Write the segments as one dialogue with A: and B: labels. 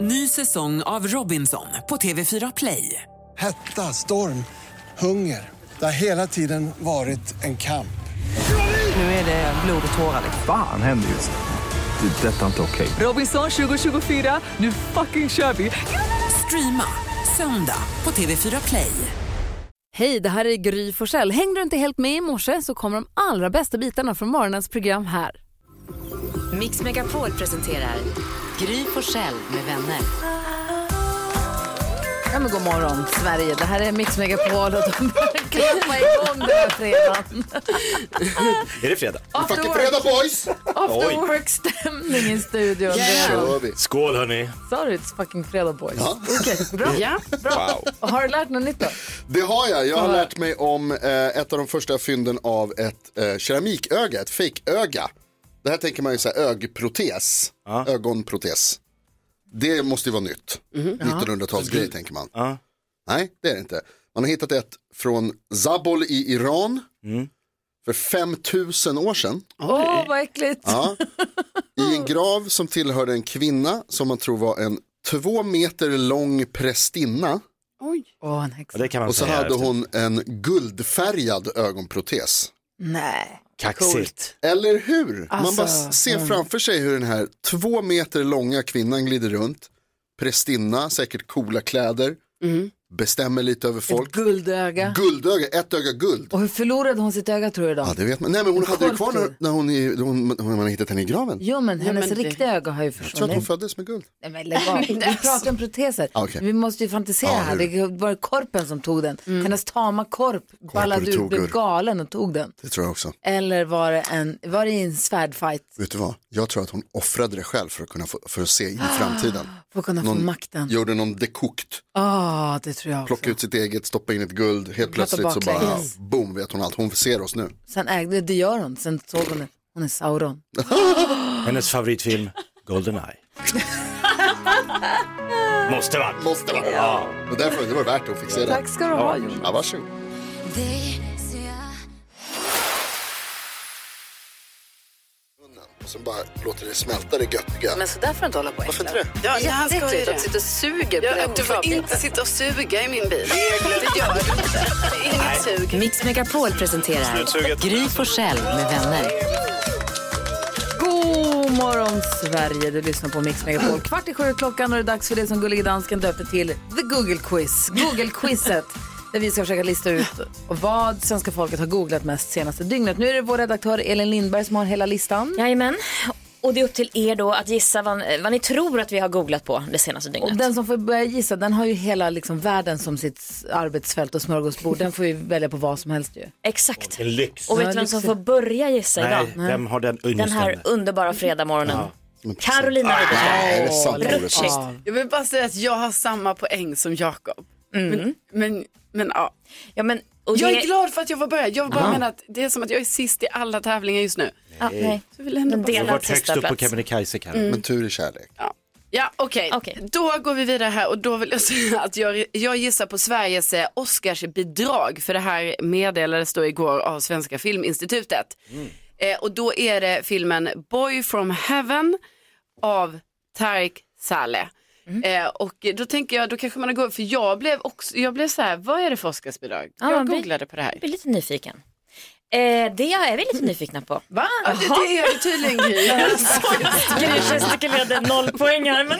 A: Ny säsong av Robinson på TV4 Play.
B: Hetta, storm, hunger. Det har hela tiden varit en kamp.
A: Nu är det blod och tårar. liksom.
C: Fan händer just nu. Det. är Detta är inte okej.
A: Robinson 2024, nu fucking kör vi! Streama söndag på TV4 Play.
D: Hej, det här är Gry Forssell. Hängde du inte helt med i morse så kommer de allra bästa bitarna från morgonens program här.
E: Mix Megapol presenterar Gry Forssell med vänner.
D: Ja, men god morgon, Sverige. Det här är Mix Megapol och de börjar klappa igång den här fredagen.
F: Är det fredag?
D: After
G: Fredag boys!
D: After work-stämning i studion. Yeah.
F: Skål hörni!
D: Sa du it's fucking fredag boys? Okej, bra. bra. Och Har du lärt något nytt då?
G: Det har jag. Jag har lärt mig om eh, ett av de första fynden av ett eh, keramiköga, ett fejköga. Det här tänker man ju säga ögprotes, ögonprotes. Det måste ju vara nytt. 1900-talsgrej tänker man. Nej, det är det inte. Man har hittat ett från Zabol i Iran för 5000 år sedan.
D: Åh, vad äckligt.
G: Ja. I en grav som tillhörde en kvinna som man tror var en två meter lång prästinna.
D: Åh, en häxa.
F: Ja, det kan man
G: Och så
F: säga.
G: hade hon en guldfärgad ögonprotes.
D: Nej.
F: Kaxigt.
G: Eller hur? Man
D: Alltså,
G: bara ser framför sig hur den här två meter långa kvinnan glider runt. Prästinna, säkert coola kläder. Bestämmer lite över folk.
D: Mm. Ett guldöga.
G: Guldöga, ett öga guld.
D: Och hur förlorade hon sitt öga tror du då?
G: Ja, det vet man. Nej, men hon hade det kvar när,
D: Korkfri.
G: när, hon, i, när, hon, när man hade hittat henne i graven.
D: Jo, men hennes
H: men det-
D: riktiga öga har ju
G: Jag tror att hon
D: försvunnit.
G: föddes med guld.
D: Nej, men alltså. lägg av. Vi pratar om proteser.
G: Ah, okej.
D: Vi måste ju fantisera
G: Ja,
D: här. Det var korpen som tog den. Hennes tama korp ballade ur,
G: tog
D: blev
G: ur.
D: galen och tog den.
G: Det tror jag också.
D: Eller var det, en, var det i en svärdfight
G: Vet du vad? Jag tror att hon offrade det själv för att kunna få, för att se in i framtiden.
D: för att kunna få
G: Någon-
D: makten?
G: Gjorde någon dekokt,
D: Ja, Ah, det tror jag också.
G: plockade ut sitt eget, stoppade in ett guld. Helt plötsligt så bara,
D: baklänges.
G: boom, vet hon allt. Hon ser oss nu.
D: Sen ägde, det gör hon. Sen såg hon det. Hon är Sauron.
F: Hennes favoritfilm, Goldeneye. Måste vara.
G: Måste vara. Ja. Och därför det var värt att fixa det.
D: Tack ska du ha, Jonas.
G: Ja, varsågod. Och så bara låter det smälta det göttiga.
D: Men så där får du inte hålla på.
G: Varför inte det?
H: Ja, ja, han ska ju
D: Jätteäckligt
H: det.
D: att sitta och suger på
H: Ja,
D: den
H: du får inte sitta och suga i min bil. Det gör du inte. Inget sug.
E: Mix Megapol presenterar Gry Forssell med vänner.
D: God morgon Sverige, du lyssnar på Mix Megapol. Kvart i sju är klockan och det är dags för det som Gullige Dansken döpte till The Google Quiz. Google-quizet. Där vi ska försöka lista ut vad svenska folket har googlat mest senaste dygnet. Nu är det vår redaktör Elin Lindberg som har hela listan.
I: Jajamän. Och det är upp till er då att gissa vad, vad ni tror att vi har googlat på det senaste dygnet.
D: Och den som får börja gissa, den har ju hela liksom världen som sitt arbetsfält och smörgåsbord. Den får ju välja på vad som helst ju.
I: Exakt.
F: En lyx.
I: Och vet
D: Ja,
I: du vem som
D: lyxigt.
I: får börja gissa idag?
F: Nej, vem har den
I: Den här
F: ynnesten?
I: underbara fredagmorgonen. Carolina Widerström.
G: Nej, det är sant.
I: Åh,
G: Orup.
I: Rutschigt.
H: Jag vill bara säga att jag har samma poäng som Jakob. Men, men, men ja.
I: Mm. Ja, men, och
H: Jag
I: det-
H: är glad för att jag var börjad. Jag bara menar att det är som att jag är sist i alla tävlingar just nu.
I: Ja, nej.
H: Så jag vill ändå
I: Men
H: bara...
I: det-
F: Du har varit
I: sista
F: högst upp på
I: plats.
F: Kebnekaise, Carro.
G: Men tur i kärlek.
H: Ja, okej.
I: Okej.
H: Då går vi vidare här och då vill jag säga att jag, jag gissar på Sveriges eh, Oscarsbidrag. För det här meddelades då igår av Svenska Filminstitutet. Eh, och då är det filmen Boy from Heaven av Tarik Saleh.
I: Mm.
H: Eh, och då tänker jag, då kanske man går, för jag blev också, jag blev så här, vad är det för Oscarsbidrag?
I: Ja,
H: jag
I: men vi-
H: googlade på det här.
I: Jag är lite nyfiken. Eh, det är vi lite nyfikna på.
H: Va? Ja, det, det är det tydligen Gry.
I: Gud, gestikulerade noll poäng här. Men...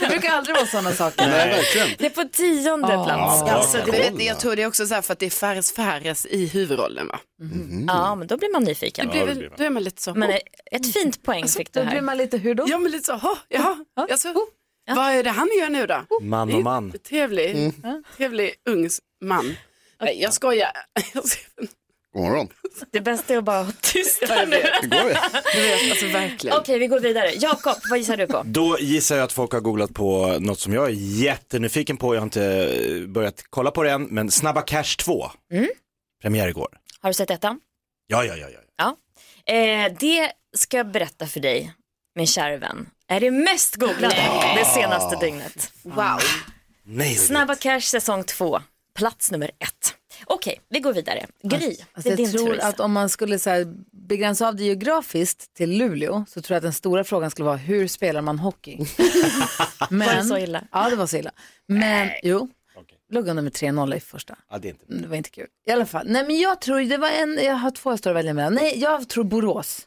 D: Det brukar aldrig vara sådana saker.
G: Nej, verkligen.
I: Det är på tionde
D: Ah,
I: plats.
H: Ja, alltså, du vet, jag tror det är också så här för att det är Fares Fares i huvudrollen va?
D: Mhm.
I: Ja, men då blir man nyfiken.
H: Det blir, då är man lite så,
I: Men
H: oh.
I: ett- ett fint poäng fick du
D: Alltså, Då blir
I: här.
D: man lite, hur då?
H: ja men lite så, oh, jaha, alltså, vad är det han gör nu då?
D: Oh.
F: Man och man.
H: Trevlig,
D: Mm.
H: trevlig ung man. Nej, jag skojar. Jag skojar.
G: God morgon.
I: Det bästa är att bara vara tyst.
H: Jag vet,
G: Hur går det?
H: jag vet, alltså verkligen.
I: Okej, vi går vidare. Jakob, vad gissar du på?
F: Då gissar jag att folk har googlat på något som jag är jättenyfiken på. Jag har inte eh, börjat kolla på det än, men Snabba Cash 2. Premiär igår.
I: Har du sett ettan?
F: Ja, ja, ja. ja.
I: Ja. Eh, det ska jag berätta för dig, min kära vän. Är det mest googlade det senaste dygnet.
H: Wow.
F: Nej,
I: Snabba Cash säsong 2, plats nummer ett. Okej, vi går vidare. Gry,
D: Alltså,
I: det är
D: jag
I: din tur.
D: tror
I: Lisa.
D: att om man skulle så här, begränsa av det geografiskt till Luleå så tror jag att den stora frågan skulle vara hur spelar man hockey? Men,
I: Var det så illa?
D: Ja, det var så illa. Men jo, låg under med 3-0 i första.
F: Ja, det är inte...
D: Mm, Det var inte kul. I alla fall, nej men jag tror, det var en, jag har två jag står och väljer mellan. Nej, jag tror Borås.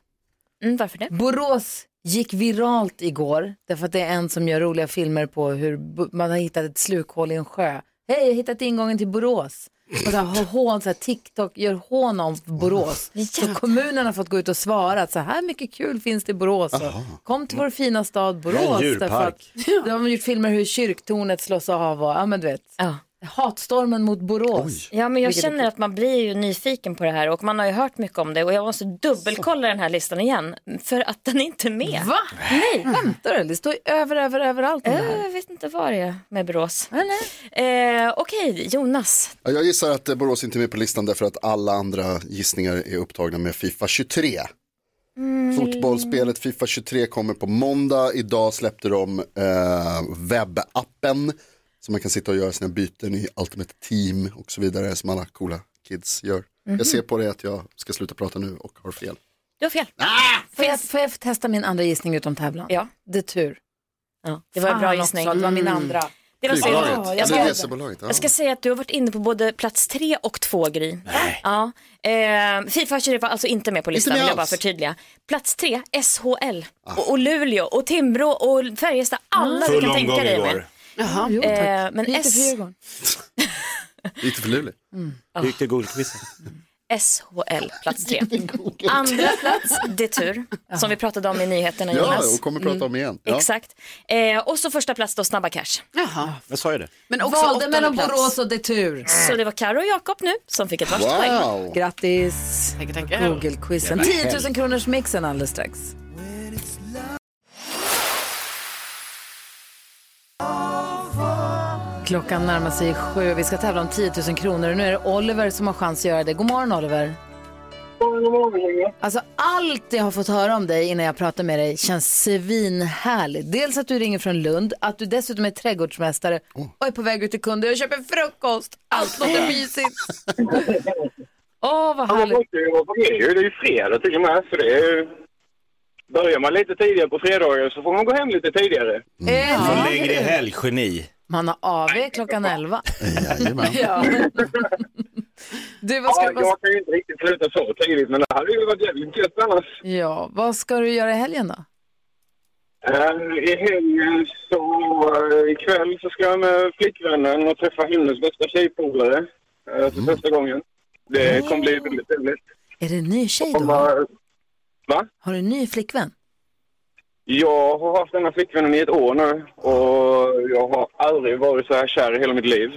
I: Mm, varför det?
D: Borås gick viralt igår, därför att det är en som gör roliga filmer på hur bo- man har hittat ett slukhål i en sjö. Hej, jag har hittat ingången till Borås. Och så här, har hån, så här, TikTok gör hån om Borås. Så kommunen har fått gå ut och svara att så här mycket kul finns det i Borås. Och Kom till vår fina stad
F: Det är
D: Borås.
F: en djurpark.
D: därför att De har gjort filmer hur kyrktornet slås av och ja men du vet.
I: Ja.
D: Hatstormen mot Borås.
I: Ja, men jag
D: Vilket är
I: känner att man blir ju nyfiken på det här och man har ju hört mycket om det och jag måste dubbelkolla den här listan igen för att den är inte med.
D: Va? Nej. Skämtar du? Det står ju över, över, överallt om det
I: Äh,
D: här.
I: Jag vet inte vad det är med Borås.
D: Nej, nej.
I: Eh, Okej, Jonas.
G: Ja, Jag gissar att eh, Borås inte är med på listan därför att alla andra gissningar är upptagna med Fifa 23. Mm.
E: Mm.
G: Fotbollsspelet Fifa 23 kommer på måndag. Idag släppte de eh, webbappen så man kan sitta och göra sina byten i Ultimate Team och så vidare som alla coola kids gör. Jag ser på dig att jag ska sluta prata nu och har fel.
I: Du har fel.
D: Får jag, får jag testa min andra gissning utom tävlan?
I: Ja.
D: Det är tur.
I: Ja, det var en bra
D: Fan
I: gissning. Mm.
D: Också, Mm. det var min andra.
I: Det var synd.
G: Flygbolaget,
I: Jag
G: Typ eller
I: ska,
G: resebolaget. Ja.
I: jag ska säga att du har varit inne på både plats tre och två Gry. Ja. Eh, Fifa 23 var alltså inte med på listan
G: med
I: vill jag bara
G: alls. Ah.
I: förtydliga. Plats tre, SHL och, och Luleå och Timrå och Färjestad. Alla du
F: Full
I: kan tänka
F: omgång
I: dig med.
F: igår.
D: Jo, tack.
I: Eh, men
D: Hur gick det
I: S-
D: för Djurgården?
G: Lite för lulig.
F: Hur gick det i Google-quizen?
I: SHL, plats tre. Andra plats, Detur, som vi pratade om i nyheterna
G: Ja,
I: Jonas. Mm.
G: och kommer prata om igen. Ja.
I: Exakt. Eh, och så första plats då, Snabba Cash.
H: Jaha.
F: Jag sa ju det.
H: Men också
D: Valde
H: åttonde
D: mellan
H: plats.
D: Borås och Detur.
I: Så det var Karo och Jakob nu som fick ett varsitt poäng.
G: Wow.
D: Grattis
H: Tackar, tackar.
D: Google-quizen. 10 000 kronors mixen alldeles strax. Klockan närmar sig sju. Vi ska tävla om 10 000 kronor. Nu är det Oliver som har chans att göra det. God morgon Oliver. Alltså allt jag har fått höra om dig innan jag pratar med dig känns svinhärligt. Dels att du ringer från Lund, att du dessutom är trädgårdsmästare och är på väg ut till kunder och köper frukost. Allt låter mysigt. Åh, vad
J: Man
D: härligt.
J: måste ju vara på EU. Det är ju fredag till och med. Så det är ju... Börjar man lite tidigare på fredagar så får man gå hem lite tidigare.
D: Eller?
F: Någon längre helggeni.
D: Eh, Man har AV klockan 11.
G: Jajamän.
D: Ja. Du, vad ska,
J: Ja,
D: vad,
J: jag kan ju inte riktigt sluta så tidigt men det hade ju varit jävligt gött annars.
D: ja, vad ska du göra i helgen då?
J: Eh, I helgen så eh, ikväll så ska jag med flickvännen och träffa hennes bästa tjejpolare eh,
C: Mm.
J: för första gången.
E: Mm.
J: Det kommer bli väldigt trevligt.
D: Är det en ny tjej
J: Och
D: då?
J: bara- Va?
D: Har du en ny flickvän?
J: Jag har haft denna flickvännen i ett år nu och jag har aldrig varit så här kär i hela mitt liv.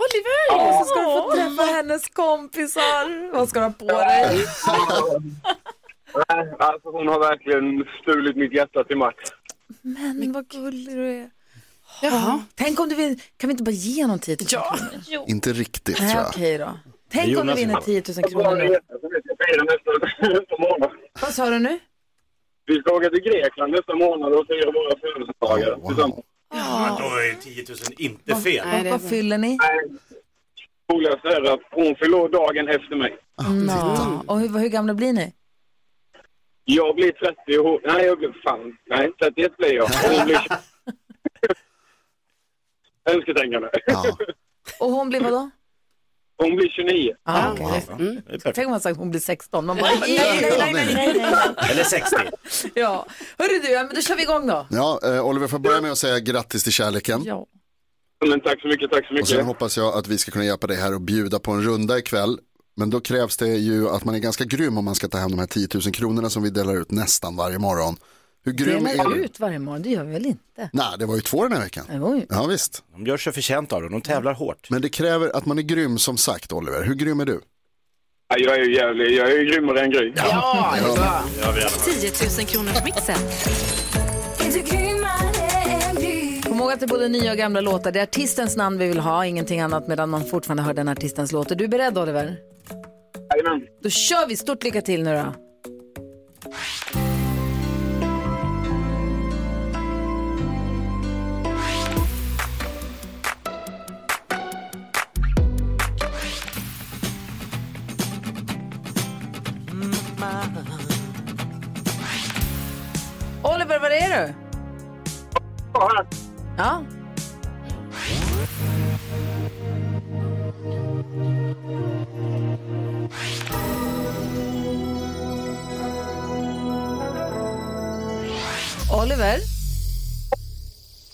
D: Oliver! Och så ska du få träffa hennes kompisar. Vad ska du ha på dig?
J: Nej, alltså hon har verkligen stulit mitt hjärta till max.
D: Men vad gullig du är.
H: Jaha.
D: Tänk om du vill, kan vi inte bara ge någon 10 000 ja. kronor?
G: Inte riktigt tror
D: Nej,
G: jag.
D: Äh, okej då. Tänk om du
F: Jonas
D: vinner
F: som-
D: 10 000
J: Bara
D: kronor
J: det
D: nu.
J: hjärta så vet jag firar nästa, nästa månad.
D: Vad sa du nu?
J: Vi ska åka till Grekland nästa månad och fira våra födelsedagar
G: Wow.
J: tillsammans.
F: Då är 10 000 inte fel.
H: Nej, det är
D: Vad
H: bra.
D: fyller ni?
J: Roligast är att hon fyller år dagen efter mig.
D: Nå. Mm. Och hur, hur gamla blir ni?
J: Jag blir 30 och hon... Nej, jag blir... Fan. Nej, 31 blir jag. Och Hon blir... 20. Önsketänkande.
G: Ja.
D: Och hon blir vadå?
J: Hon blir 29.
D: Ah, okej.
H: Mm.
F: Det är perfekt.
D: Tänk om man sagt hon blir 16. Man bara,
F: Eller 60.
D: ja. Hörru du, ja, men då kör vi igång då.
G: Ja, eh, Oliver, får jag börja med att säga grattis till kärleken.
D: Ja.
J: Men tack så mycket, tack så
G: Och sen
J: mycket.
G: hoppas jag att vi ska kunna hjälpa dig här och bjuda på en runda ikväll. Men då krävs det ju att man är ganska grym om man ska ta hem de här 10 000 kronorna som vi delar ut nästan varje morgon. Hur grym är
D: Delar
G: du?
D: ut varje morgon, det gör vi väl inte?
G: Nej, det var ju två den här veckan.
D: Oj.
G: Ja, visst.
F: De gör sig förtjänta av det. De tävlar hårt.
G: Men det kräver att man är grym som sagt, Oliver. Hur grym är du?
J: Ja, Jag är ju jävlig. Jag är ju grymmare än Gry.
H: Ja, det är bra.
E: 10 000 kronors mixen.
D: Kom ihåg att det är både nya och gamla låtar. Det är artistens namn vi vill ha, ingenting annat medan man fortfarande hör den artistens låt. Är du beredd Oliver?
J: Jajamän.
D: Då kör vi! Stort lycka till nu då. Mm, du? Ja. Oliver?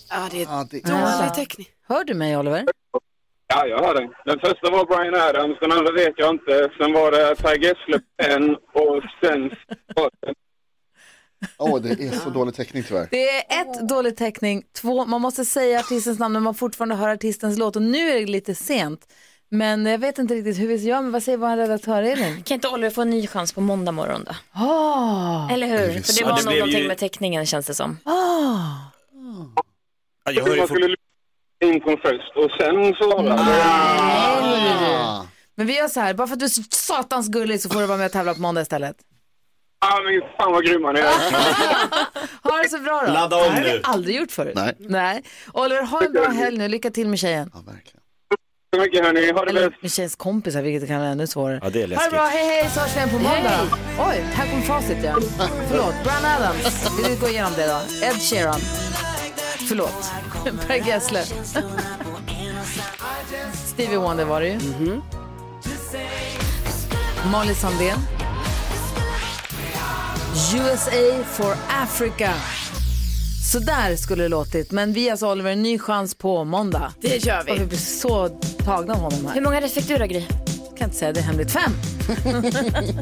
H: Ja, det är
D: Vänta.
H: dålig teckning.
D: Hör du mig, Oliver?
J: Ja, jag hör den. Den första var Brian Adams, den andra vet jag inte. Sen var det Per Gessle på en och sen var det
G: Åh, det är så dålig täckning tyvärr.
D: Det är ett, dålig täckning. Två, man måste säga artistens namn när man fortfarande hör artistens låt. Och nu är det lite sent. Men jag vet inte riktigt hur vi ska göra. Men vad säger vår redaktör Elin?
I: Kan inte Oliver få en ny chans på måndag morgon då?
D: Oh.
I: Eller hur? För det
F: Ja,
I: var
F: det
I: nog
F: blev
I: någonting
F: ju-
I: med teckningen känns det som.
D: Ah.
F: Ja, Jag hör ju
J: Man
F: fort...
J: skulle lyssna in på först och sen svara.
G: Ah.
D: Men vi gör så här, bara för att du är så satans gullig så får du vara med och tävla på måndag istället.
J: Ja, men fan vad grymma ni är.
D: Ha det så bra då.
F: Ladda om
D: Ah. det här har vi
F: nu.
D: aldrig gjort förut.
G: Nej.
D: Nej. Oliver, ha en bra helg nu. Lycka till med tjejen.
G: Ja, verkligen.
J: Så mycket hörni, ha det bäst.
D: Eller med tjejens kompisar, vilket kan vara ännu svårare.
F: Ja, det är
D: ha det
F: läskigt.
D: bra, hej hej, så hörs vi igen på måndag. Oj, här kom facit ja. Förlåt, Brian Adams. Vill du gå igenom det då? Ed Sheeran. Förlåt, Per Gessle. Stevie Wonder var det ju.
F: Mhm.
D: Molly Sandén. USA for Africa. Så där skulle det låtit. Men vi ger alltså Oliver en ny chans på måndag.
H: Det gör
D: Och vi
H: vi.
D: blir så tagna av honom här.
I: Hur många rätt fick du då, Gry?
D: Jag kan inte säga det är hemligt. Fem!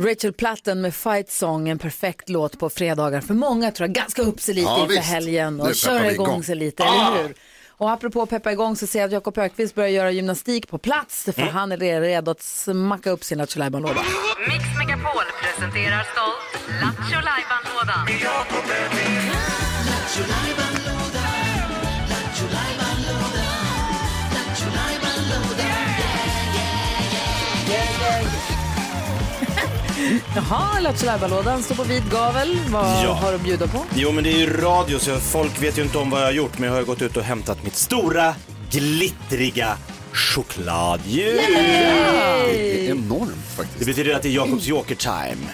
D: Rachel Platten med Fight Song, en perfekt låt på fredagar för många tror jag. Ganska upp sig lite
G: Ja,
D: inför
G: visst.
D: helgen
G: Nu
D: och
G: peppar
D: köra
G: vi
D: igång.
G: igång. Ah!
D: sig lite, eller hur? Och apropå peppa igång så ser jag att Jakob Ökvist börjar göra gymnastik på plats för
G: Mm.
D: han är redo att smacka upp sin Lattjo Lajban-låda.
K: Mix Megapol presenterar stolt Lattjo Lajban-lådan.
D: Jaha, Lattjo Lajban-lådan står på vid gavel. Vad
F: Ja.
D: har du att bjuda på?
F: Jo, men det är ju radio så folk vet ju inte om vad jag har gjort, men jag har ju gått ut och hämtat mitt stora glittriga chokladhjul.
G: Det är enormt faktiskt.
F: Det betyder att det är Jakobs Joker time.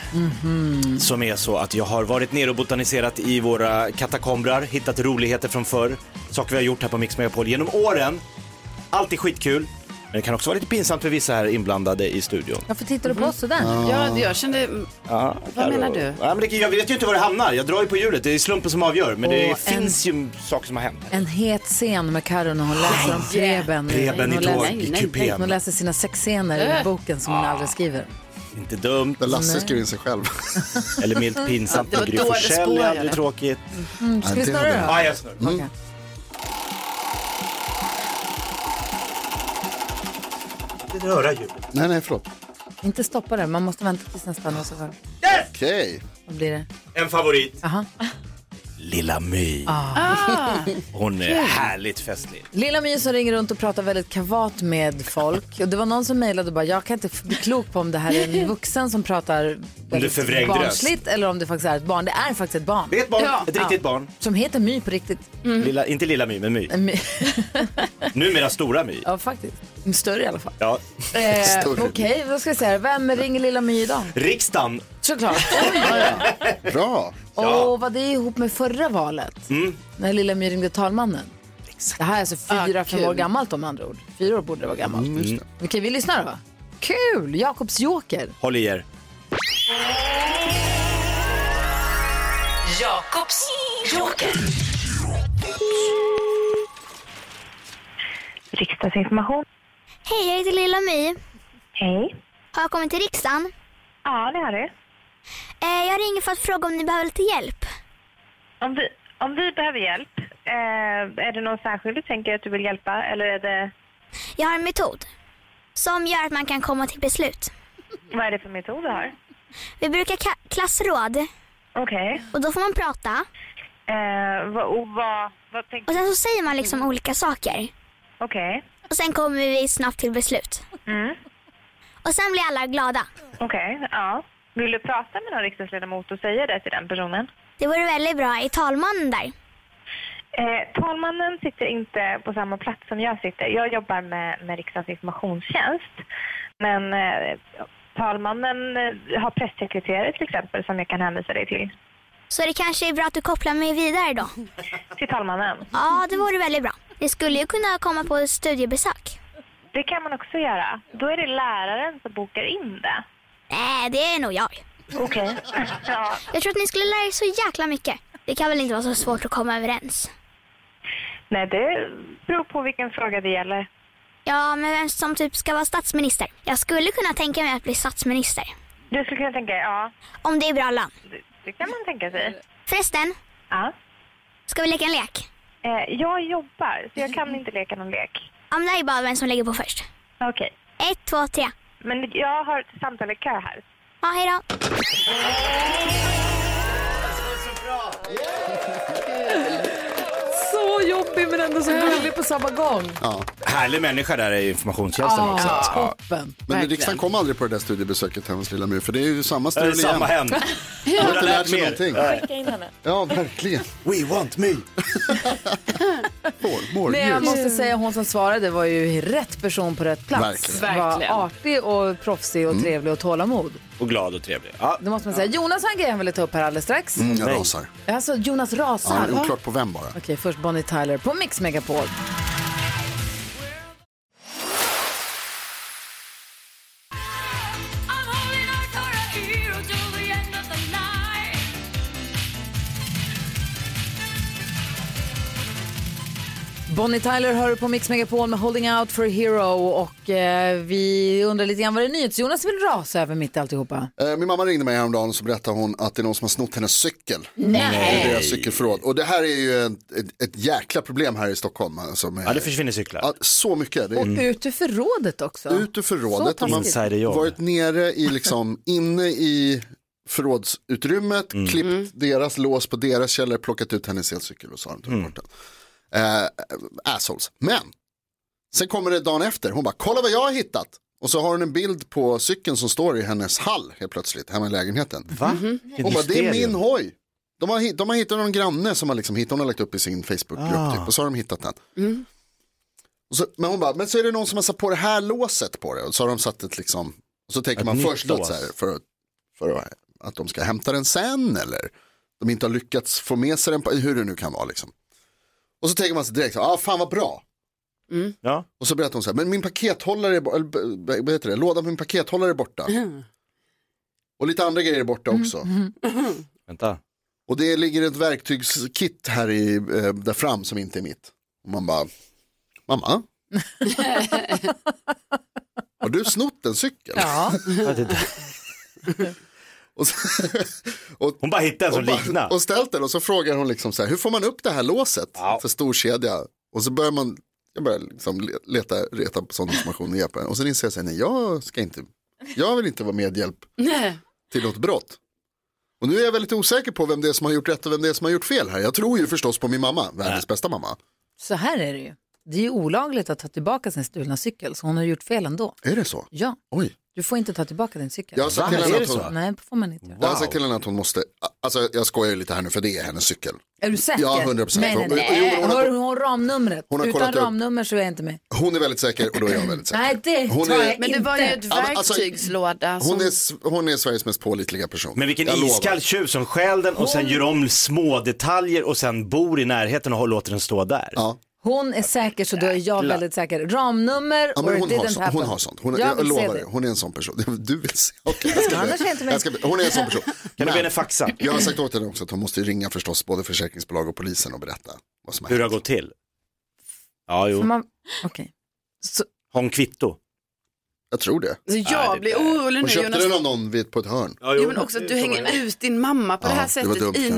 D: Mhm.
F: Som är så att jag har varit nere och botaniserat i våra katakombrar, hittat roligheter från förr. Saker vi har gjort här på Mix Megapol genom åren. Allt är skitkul. Men det kan också vara lite pinsamt för vissa här inblandade i studion.
D: Varför tittar du
G: Mm.
D: på oss sådär?
H: Ja, jag kände...
F: Ja,
H: Vad menar du?
F: Ja, men det, jag vet ju inte var det hamnar. Jag drar ju på hjulet. Det är slumpen som avgör. Men det
D: Åh,
F: finns ju saker som har hänt.
D: En het scen med Carro när hon läser om Preben.
F: Preben i
D: Hon läser-
F: tågkupén.
D: Hon läser sina
H: Äh.
D: sexscener i boken som hon aldrig skriver.
F: Inte dumt.
G: Där Lasse skriver in sig själv.
F: Eller milt pinsamt
H: Ja,
F: med
H: det var
F: Gry
H: då det
F: Forssell.
H: spårade.
F: Ja, Det är tråkigt.
D: Mm, Ska vi
G: det
D: snurra
G: var
D: då? Mm.
F: Ja, jag snurrar.
D: Okej.
F: Inte röra hjulet.
G: Nej, nej, förlåt.
D: Inte stoppa det, man måste vänta tills nästa annars. så får-
G: Okej.
D: Vad blir det?
F: En favorit.
D: Aha. Ah.
F: Lilla My. Hon är härligt festlig.
D: Lilla My som ringer runt och pratar väldigt kavat med folk. Och det var någon som mejlade och bara, jag kan inte f- bli klok på om det här är en vuxen som pratar väldigt
F: förvrängd röst.
D: barnsligt eller om det faktiskt är ett barn. Det är faktiskt ett barn.
F: Det är ett barn.
H: Ja.
F: Ett riktigt barn.
D: Som heter My på riktigt.
F: Lilla, inte Lilla My, men My.
D: My.
F: Numera Stora My.
D: Ja, faktiskt. Större i alla fall.
F: Ja.
D: Eh,
G: Större.
D: Okej, då ska vi se här. Vem ringer Lilla My idag?
F: Riksdagen.
D: Såklart.
G: Bra.
D: Och vad det är ihop med förra valet.
F: Mm.
D: När Lilla My ringde talmannen. Det här är alltså fyra,
H: Ah,
D: fem
H: kul.
D: år gammalt om andra ord. Fyra år borde det vara gammalt.
G: Mm,
D: Mm. Okej, vi lyssnar då. Kul! Jakobs joker.
F: Håll i er.
K: Jakobs joker.
L: Riksdagsinformation.
K: Hej, jag heter Lilla My.
L: Hej.
K: Har jag kommit till riksdagen?
L: Ja, det har du.
K: Eh, jag ringer för att fråga om ni behöver lite hjälp.
L: Om vi, om vi behöver hjälp, eh, är det någon särskild du tänker att du vill hjälpa? Eller är det,
K: Jag har en metod som gör att man kan komma till beslut.
L: vad är det för metod du har?
K: Vi brukar ka- klassråd
L: Okej.
K: och då får man prata
L: Eh, vad, och vad, vad tänker
K: och sen så säger man liksom olika saker
L: Okej. Mm.
K: och sen kommer vi snabbt till beslut. Och sen blir alla glada.
L: Okej, ja. Vill du prata med någon riksdagsledamot och säga det till den personen?
M: Det vore väldigt bra. Är talmannen där?
L: Eh, talmannen sitter inte på samma plats som jag sitter. Jag jobbar med, med riksdagens informationstjänst. Men eh, talmannen eh, har pressekreterare till exempel som jag kan hänvisa dig till.
M: Så det kanske är bra att du kopplar mig vidare då?
L: Till talmannen.
M: Ja, det vore väldigt bra. Ni skulle ju kunna komma på ett studiebesök.
L: Det kan man också göra. Då är det läraren som bokar in det.
M: Nej, det är nog jag.
L: Okej. ja.
M: Jag tror att ni skulle lära er så jäkla mycket. Det kan väl inte vara så svårt att komma överens?
L: Nej, det beror på vilken fråga det gäller.
M: Ja, men vem som typ ska vara statsminister? Jag skulle kunna tänka mig att bli statsminister.
L: Du skulle kunna tänka, ja,
M: Om det är bra lön.
L: det kan man tänka sig.
M: Förresten,
L: Ja.
M: ska vi leka en lek?
L: Eh, jag jobbar, så jag kan inte leka någon lek.
M: Ja, men det här är bara vem som lägger på först.
L: Okej.
M: Ett, två, tre.
L: Men jag har ett samtal i kö här.
M: Ja, hej då.
D: Så jobbig men ändå så gullig på samma gång.
G: Ja.
F: Härlig människa där i informationstjänsten
D: Ja,
F: också. alltså.
D: toppen.
G: Men
D: Verkligen.
G: riksdagen kom aldrig på det där studiebesöket hemma hos lilla My, för det är ju samma
F: Ja, det är
G: strul igen.
F: samma hen.
G: Jag har
F: Hon har
G: inte
F: lärt
G: lärt sig
F: mer.
G: någonting.
F: Nej.
I: Skicka in henne.
G: Ja, verkligen. We want me. Mormor.
D: Men jag måste säga hon som svarade var ju rätt person på rätt plats.
F: Verkligen. Verkligen.
D: Var artig och proffsig och
G: Mm.
D: trevlig och tålamod.
F: Och glad och trevlig. Ja.
D: Det måste man säga. Jonas har en grej han ville ta upp här alldeles strax.
G: Ah. Mm, jag rasar.
D: Alltså Jonas
G: Ja,
D: rasar?
G: det är oklart på vem bara.
D: Okej, först Bonnie Tyler på Mix Megapol. Bonnie Tyler hör du på Mix Megapol med Holding Out for a Hero och eh, vi undrar lite grann vad det är NyhetsJonas vill rasa över mitt i alltihopa.
G: Eh, Min mamma ringde mig häromdagen och så berättade hon att det är någon som har snott hennes cykel.
D: Nej.
G: I deras cykelförråd. Och det här är ju en, ett, ett jäkla problem här i Stockholm. Alltså med,
F: Ja, det försvinner cyklar.
G: Ja, så mycket. Det är...
D: Och ut ur förrådet också.
G: Ut ur förrådet.
D: Så
G: har man
D: taskigt.
G: varit nere i liksom, inne i förrådsutrymmet,
F: Mm.
G: klippt
D: Mm.
G: deras lås på deras källare, plockat ut hennes elcykel och så har de
F: Mm.
G: tagit bort den. Eh, assholes. Men, sen kommer det dagen efter, hon bara, kolla vad jag har hittat. Och så har hon en bild på cykeln som står i hennes hall helt plötsligt, hemma i lägenheten.
F: Va?
D: Mhm.
F: Vilket
G: Hon bara, det är
F: mysterium."
G: min hoj. De har, hit- de har hittat någon granne som har liksom hittat, hon har lagt upp i sin Facebookgrupp
F: Ah.
G: typ, och så har de hittat den.
D: Mm.
G: Och så, men hon bara, men så är det någon som har satt på det här låset på det. Och så har de satt ett liksom, och så tänker
F: Ett
G: man
F: nytt
G: först att,
F: lås.
G: så här, för, för att de ska hämta den sen eller de inte har lyckats få med sig den, på, hur det nu kan vara liksom. Och så tänker man sig direkt, ja ah, fan vad bra.
F: Ja.
G: Och så berättar hon så här, men min pakethållare, är bo- eller, b- vad heter det, lådan på min pakethållare är borta. Och lite andra grejer är borta också.
F: Vänta.
G: Och det ligger ett verktygskit här i, eh, där fram som inte är mitt. Och man bara, mamma? Har du snott en cykel?
D: Ja.
G: och så, och,
F: hon bara hittade en som
G: bara-
F: liknade.
G: Och ställt den och så frågar hon liksom så här, hur får man upp det här låset för storkedja? Och så börjar man, jag börjar liksom le- leta, reta på sån information och hjälpa henne. Och sen inser jag så här, nej jag ska inte, jag vill inte vara medhjälp
H: Nej.
G: till något brott. Och nu är jag väldigt osäker på vem det är som har gjort rätt och vem det är som har gjort fel här. Jag tror ju förstås på min mamma, världens bästa mamma.
D: Så här är det ju. Det är ju olagligt att ta tillbaka sin stulna cykel så hon har gjort fel ändå.
G: Är det så?
D: Ja.
G: Oj.
D: Du får inte ta tillbaka din cykel.
G: Jag har sagt till henne att hon-
D: Nej, det får man inte. göra.
G: Jag har sagt till henne att hon måste, alltså jag skojar ju lite här nu för det är hennes cykel.
D: Är du säker?
G: Ja, 100%.
D: Nej, nej,
G: Jo,
D: nej.
G: hon har-
D: Hör hon ramnumret?
G: Hon har
D: Utan
G: kollat upp-
D: ramnummer så är jag inte med.
G: Hon är väldigt säker och då är jag väldigt säker.
D: Nej, det
G: Hon
D: tar
G: är-
D: jag
H: Men det
D: inte.
H: var ju ett
G: Ja, men alltså,
H: verktygslåda
G: Hon är,
H: som...
G: s- hon är Sveriges mest pålitliga person.
F: Men vilken
G: Jag lovar.
F: iskall tjuv som stjäl den och sen gör om små detaljer och sen bor i närheten och låter den stå där.
G: Ja.
D: Hon är säker så då är jag väldigt säker. Ramnummer
G: Ja,
D: or
G: men hon,
D: didn't
G: har sånt,
D: happen.
G: hon har sånt, hon är,
D: jag
G: jag,
D: vill se
G: lovar det. Hon är en sån person. Du vill se, okej. jag ska-
D: Annars är jag inte med.
G: jag ska- Hon är en sån person.
F: Kan du be henne faxa?
G: Jag har sagt åt henne också att hon måste ju ringa förstås både försäkringsbolag och polisen och berätta vad som har
F: Hur det
G: hänt.
F: har gått till? Ja,
D: För
F: jo.
D: Man... Okej.
F: Har hon kvitto?
G: Jag tror det.
H: Så jag
F: det
H: blir
F: där.
H: orolig
G: Hon
H: nu
G: köpte
H: Jonas.
G: den av någon vid på ett hörn.
F: Ja,
H: Jo men också att du hänger ut din mamma på
G: Ja,
H: det här
G: det var
H: sättet
G: dumt
H: i
G: kanske.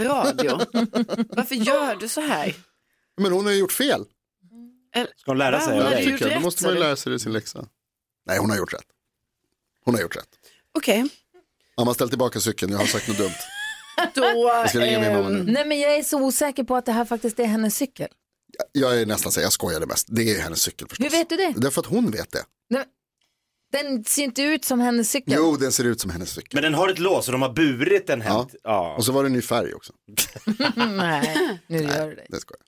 H: radio. Varför gör du så här?
G: Men hon har ju gjort fel.
H: Eller-
F: Ska hon lära
H: Va?
F: sig?
H: Hon
F: av
H: hade
F: dig?
H: ju-
G: Tycker jag. Då
H: rätt,
G: måste man ju
H: sa du?
G: lära sig det i sin läxa. Nej, hon har gjort rätt. Hon har gjort rätt.
H: Okej,
G: Mamma ställ tillbaka cykeln, jag har sagt något dumt.
H: då...
G: Jag ska ringa min mamma nu.
D: eh, Nej, men jag är så osäker på att det här faktiskt är hennes cykel.
G: Jag är nästan säker, jag skojade mest. Det är hennes cykel förstås.
D: Hur vet du det?
G: Därför att hon vet det.
D: Nej, men- Den ser inte ut som hennes cykel.
G: Jo, den ser ut som hennes cykel.
F: Men den har ett lås och de har burit den hem.
G: Och så var det en ny färg också.
D: Nej, nu gör du det.
G: Det skojar.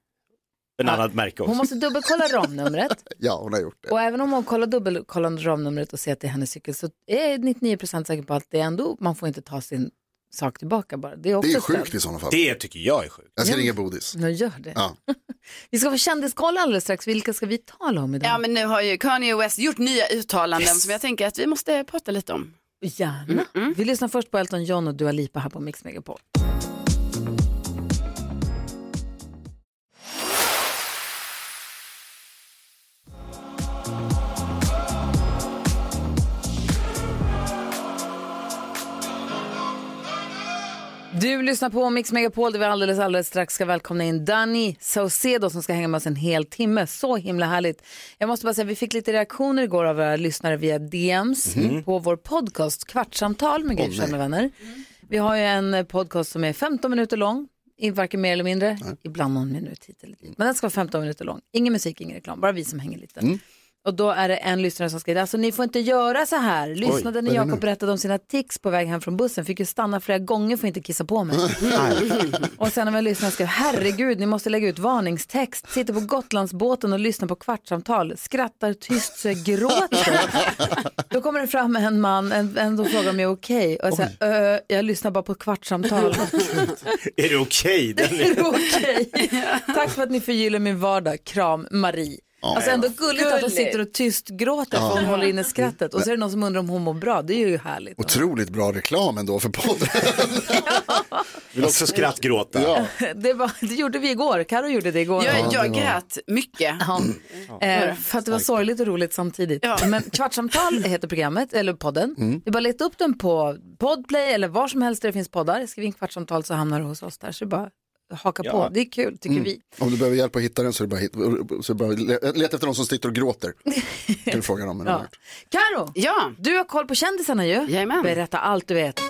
F: En annat märke
D: Hon måste dubbelkolla ramnumret.
G: Ja, hon har gjort det.
D: Och även om hon kollar dubbelkollande ramnumret och ser att det är hennes cykel så är jag 99% säker på att det är ändå, man får inte ta sin sak tillbaka bara. Det är, också
G: Det är
D: ett stöld.
G: sjukt i sådana fall.
F: Det tycker jag är sjukt.
G: Jag ska
D: Ja.
G: ringa Bodis.
D: Nu gör det.
G: Ja.
D: Vi ska få kändiskoll alldeles strax. Vilka ska vi tala om idag?
H: Ja men nu har ju Kanye West gjort nya uttalanden
D: Yes.
H: som jag tänker att vi måste prata lite om.
D: Gärna. Vi lyssnar först på Elton John och Dua Lipa här på Mix Megapol. Du lyssnar på Mix Megapol där vi alldeles, alldeles strax ska välkomna in Danny Saucedo som ska hänga med oss en hel timme. Så himla härligt. Jag måste bara säga, vi fick lite reaktioner igår av våra lyssnare via DMs
N: Mhm.
D: på vår podcast Kvartsamtal med
N: Åh,
D: Gry Forssell
N: nej.
D: med vänner. Vi har ju en eh, podcast som är 15 minuter lång, i- varken mer eller mindre, ibland någon minut hit eller dit. Men den ska vara 15 minuter lång. Ingen musik, ingen reklam, bara vi som hänger lite.
N: Mm.
D: Och då är det en lyssnare som skriver, alltså ni får inte göra så här. Lyssnade
N: Oj,
D: när
N: vad är det
D: Jakob
N: nu?
D: berättade om sina tics på väg hem från bussen, fick ju stanna flera gånger för att inte kissa på mig. och sen när man lyssnar skrev, herregud, ni måste lägga ut varningstext. Sitter på Gotlandsbåten och lyssnar på kvartsamtal, skrattar tyst så jag gråter. då kommer det fram en man, en, en då frågar om jag är okej. Och jag säger, "Ö, jag lyssnar bara på kvartsamtal.
F: Är det okej? Den är-
D: Är det okej? Tack för att ni förgyller min vardag. Kram, Marie. Alltså ändå gulligt att hon
N: Gulligt.
D: sitter och tyst gråter för
G: Ja.
D: hon håller inne skrattet. Och så är det någon som undrar om hon mår bra. Det är ju härligt.
G: Otroligt bra reklam ändå för podden.
F: Vill också skrattgråta.
G: Ja.
D: Det, var, det gjorde vi igår. Karo gjorde det igår.
H: Jag, jag grät mycket. Mm.
D: Eh, för att det var sorgligt och roligt samtidigt. Men Kvartsamtal heter programmet, eller podden.
N: Mm.
D: Vi bara letar upp den på Podplay eller var som helst där det finns poddar. Skriv in Kvartsamtal så hamnar du hos oss där. Så det är bara att haka på. Det är kul tycker
G: Mm.
D: vi.
G: Om du behöver hjälp att hitta den så är det bara, hit- så är det bara le- leta efter någon som sitter och gråter. Det är frågan om.
D: Ja.
G: Ja.
D: Karo, ja. du har koll på kändisarna ju. Jajamän. Berätta allt du vet.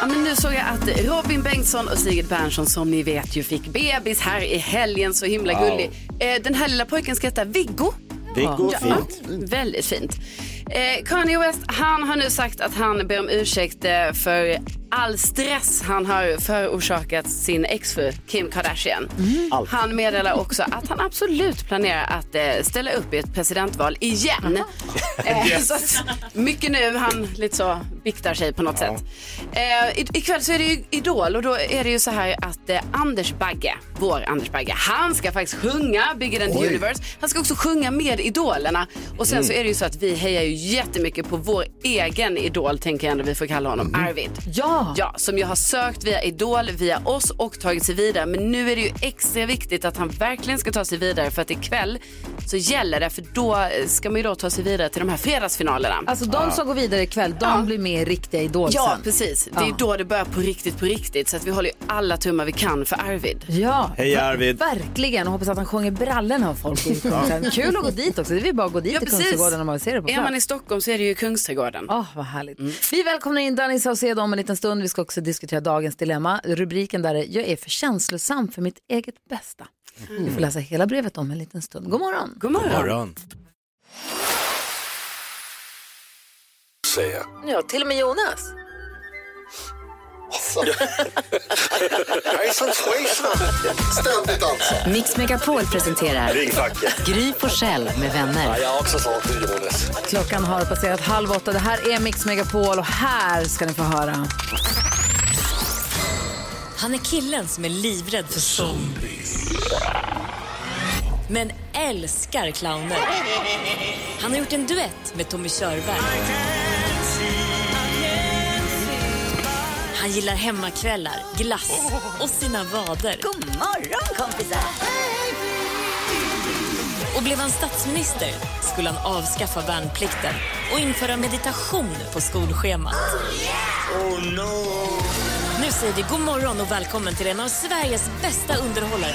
H: Ja, men nu såg jag att Robin Bengtsson och Sigrid Bernson som ni vet ju fick bebis här i helgen, så himla
N: Wow.
H: gullig. Eh, den här lilla pojken ska heta Viggo.
N: Viggo,
H: fint. Väldigt fint. Eh, Kanye West, han har nu sagt att han ber om ursäkt eh, för all stress han har förorsakat sin exfru Kim Kardashian.
N: Mm. Allt.
H: Han meddelar också att han absolut planerar att eh, ställa upp i ett presidentval igen. Eh,
N: Yes.
H: så att mycket nu, han lite så biktar sig på något sätt. Eh, i- ikväll så är det ju Idol och då är det ju så här att eh, Anders Bagge, vår Anders Bagge, han ska faktiskt sjunga Bigger than the
N: Oj.
H: universe. Han ska också sjunga med idolerna. Och sen
N: Mm.
H: så är det ju så att vi hejar ju jättemycket på vår egen idol, tänker jag ändå vi får kalla honom, Arvid.
D: Ja.
H: ja! Som ju har sökt via idol, via oss och tagit sig vidare. Men nu är det ju extra viktigt att han verkligen ska ta sig vidare för att ikväll så gäller det, för då eh, ska man ju då ta sig vidare till de här fredagsfinalerna.
D: Alltså de som går vidare ikväll, de blir med i riktiga Idol
H: Ja,
D: sen.
H: precis. Det
D: Ja.
H: är då det börjar på riktigt, på riktigt. Så att vi håller ju alla tummar vi kan för Arvid.
D: Ja,
F: Hej Arvid.
D: verkligen. Och hoppas att han sjunger brallorna av folk på Kungsträdgården. Kul att gå dit också. Det är väl bara att gå dit
H: Ja,
D: till
H: precis.
D: Kungsträdgården om man ser det på
H: Är man i
D: plats.
H: Stockholm så är det ju Kungsträdgården. Mm.
D: Åh, vad härligt. Vi välkomnar in Danny Saucedo om en liten stund. Vi ska också diskutera dagens dilemma. Rubriken där är Jag är för känslosam för mitt eget bästa. Vi får läsa hela brevet om en liten stund. God morgon.
H: Mm. God morgon.
O: Säga.
D: Ja, till och med Jonas.
G: Alltså. Jag är som Ständigt alltså.
E: Mix Megapol presenterar
O: Ring facket.
E: Gry Forssell med vänner.
O: jag har också sånt till Jonas.
D: Klockan har passerat halv åtta. Det här är Mix Megapol och här ska ni få höra.
P: Han är killen som är livrädd för zombies. Men älskar clowner. Han har gjort en duett med Tommy Körberg. Han gillar hemmakvällar, glass och sina vader. God morgon, kompisar! Och blev han statsminister skulle han avskaffa värnplikten och införa meditation på skolschemat. Nu säger vi god morgon och välkommen till en av Sveriges bästa underhållare.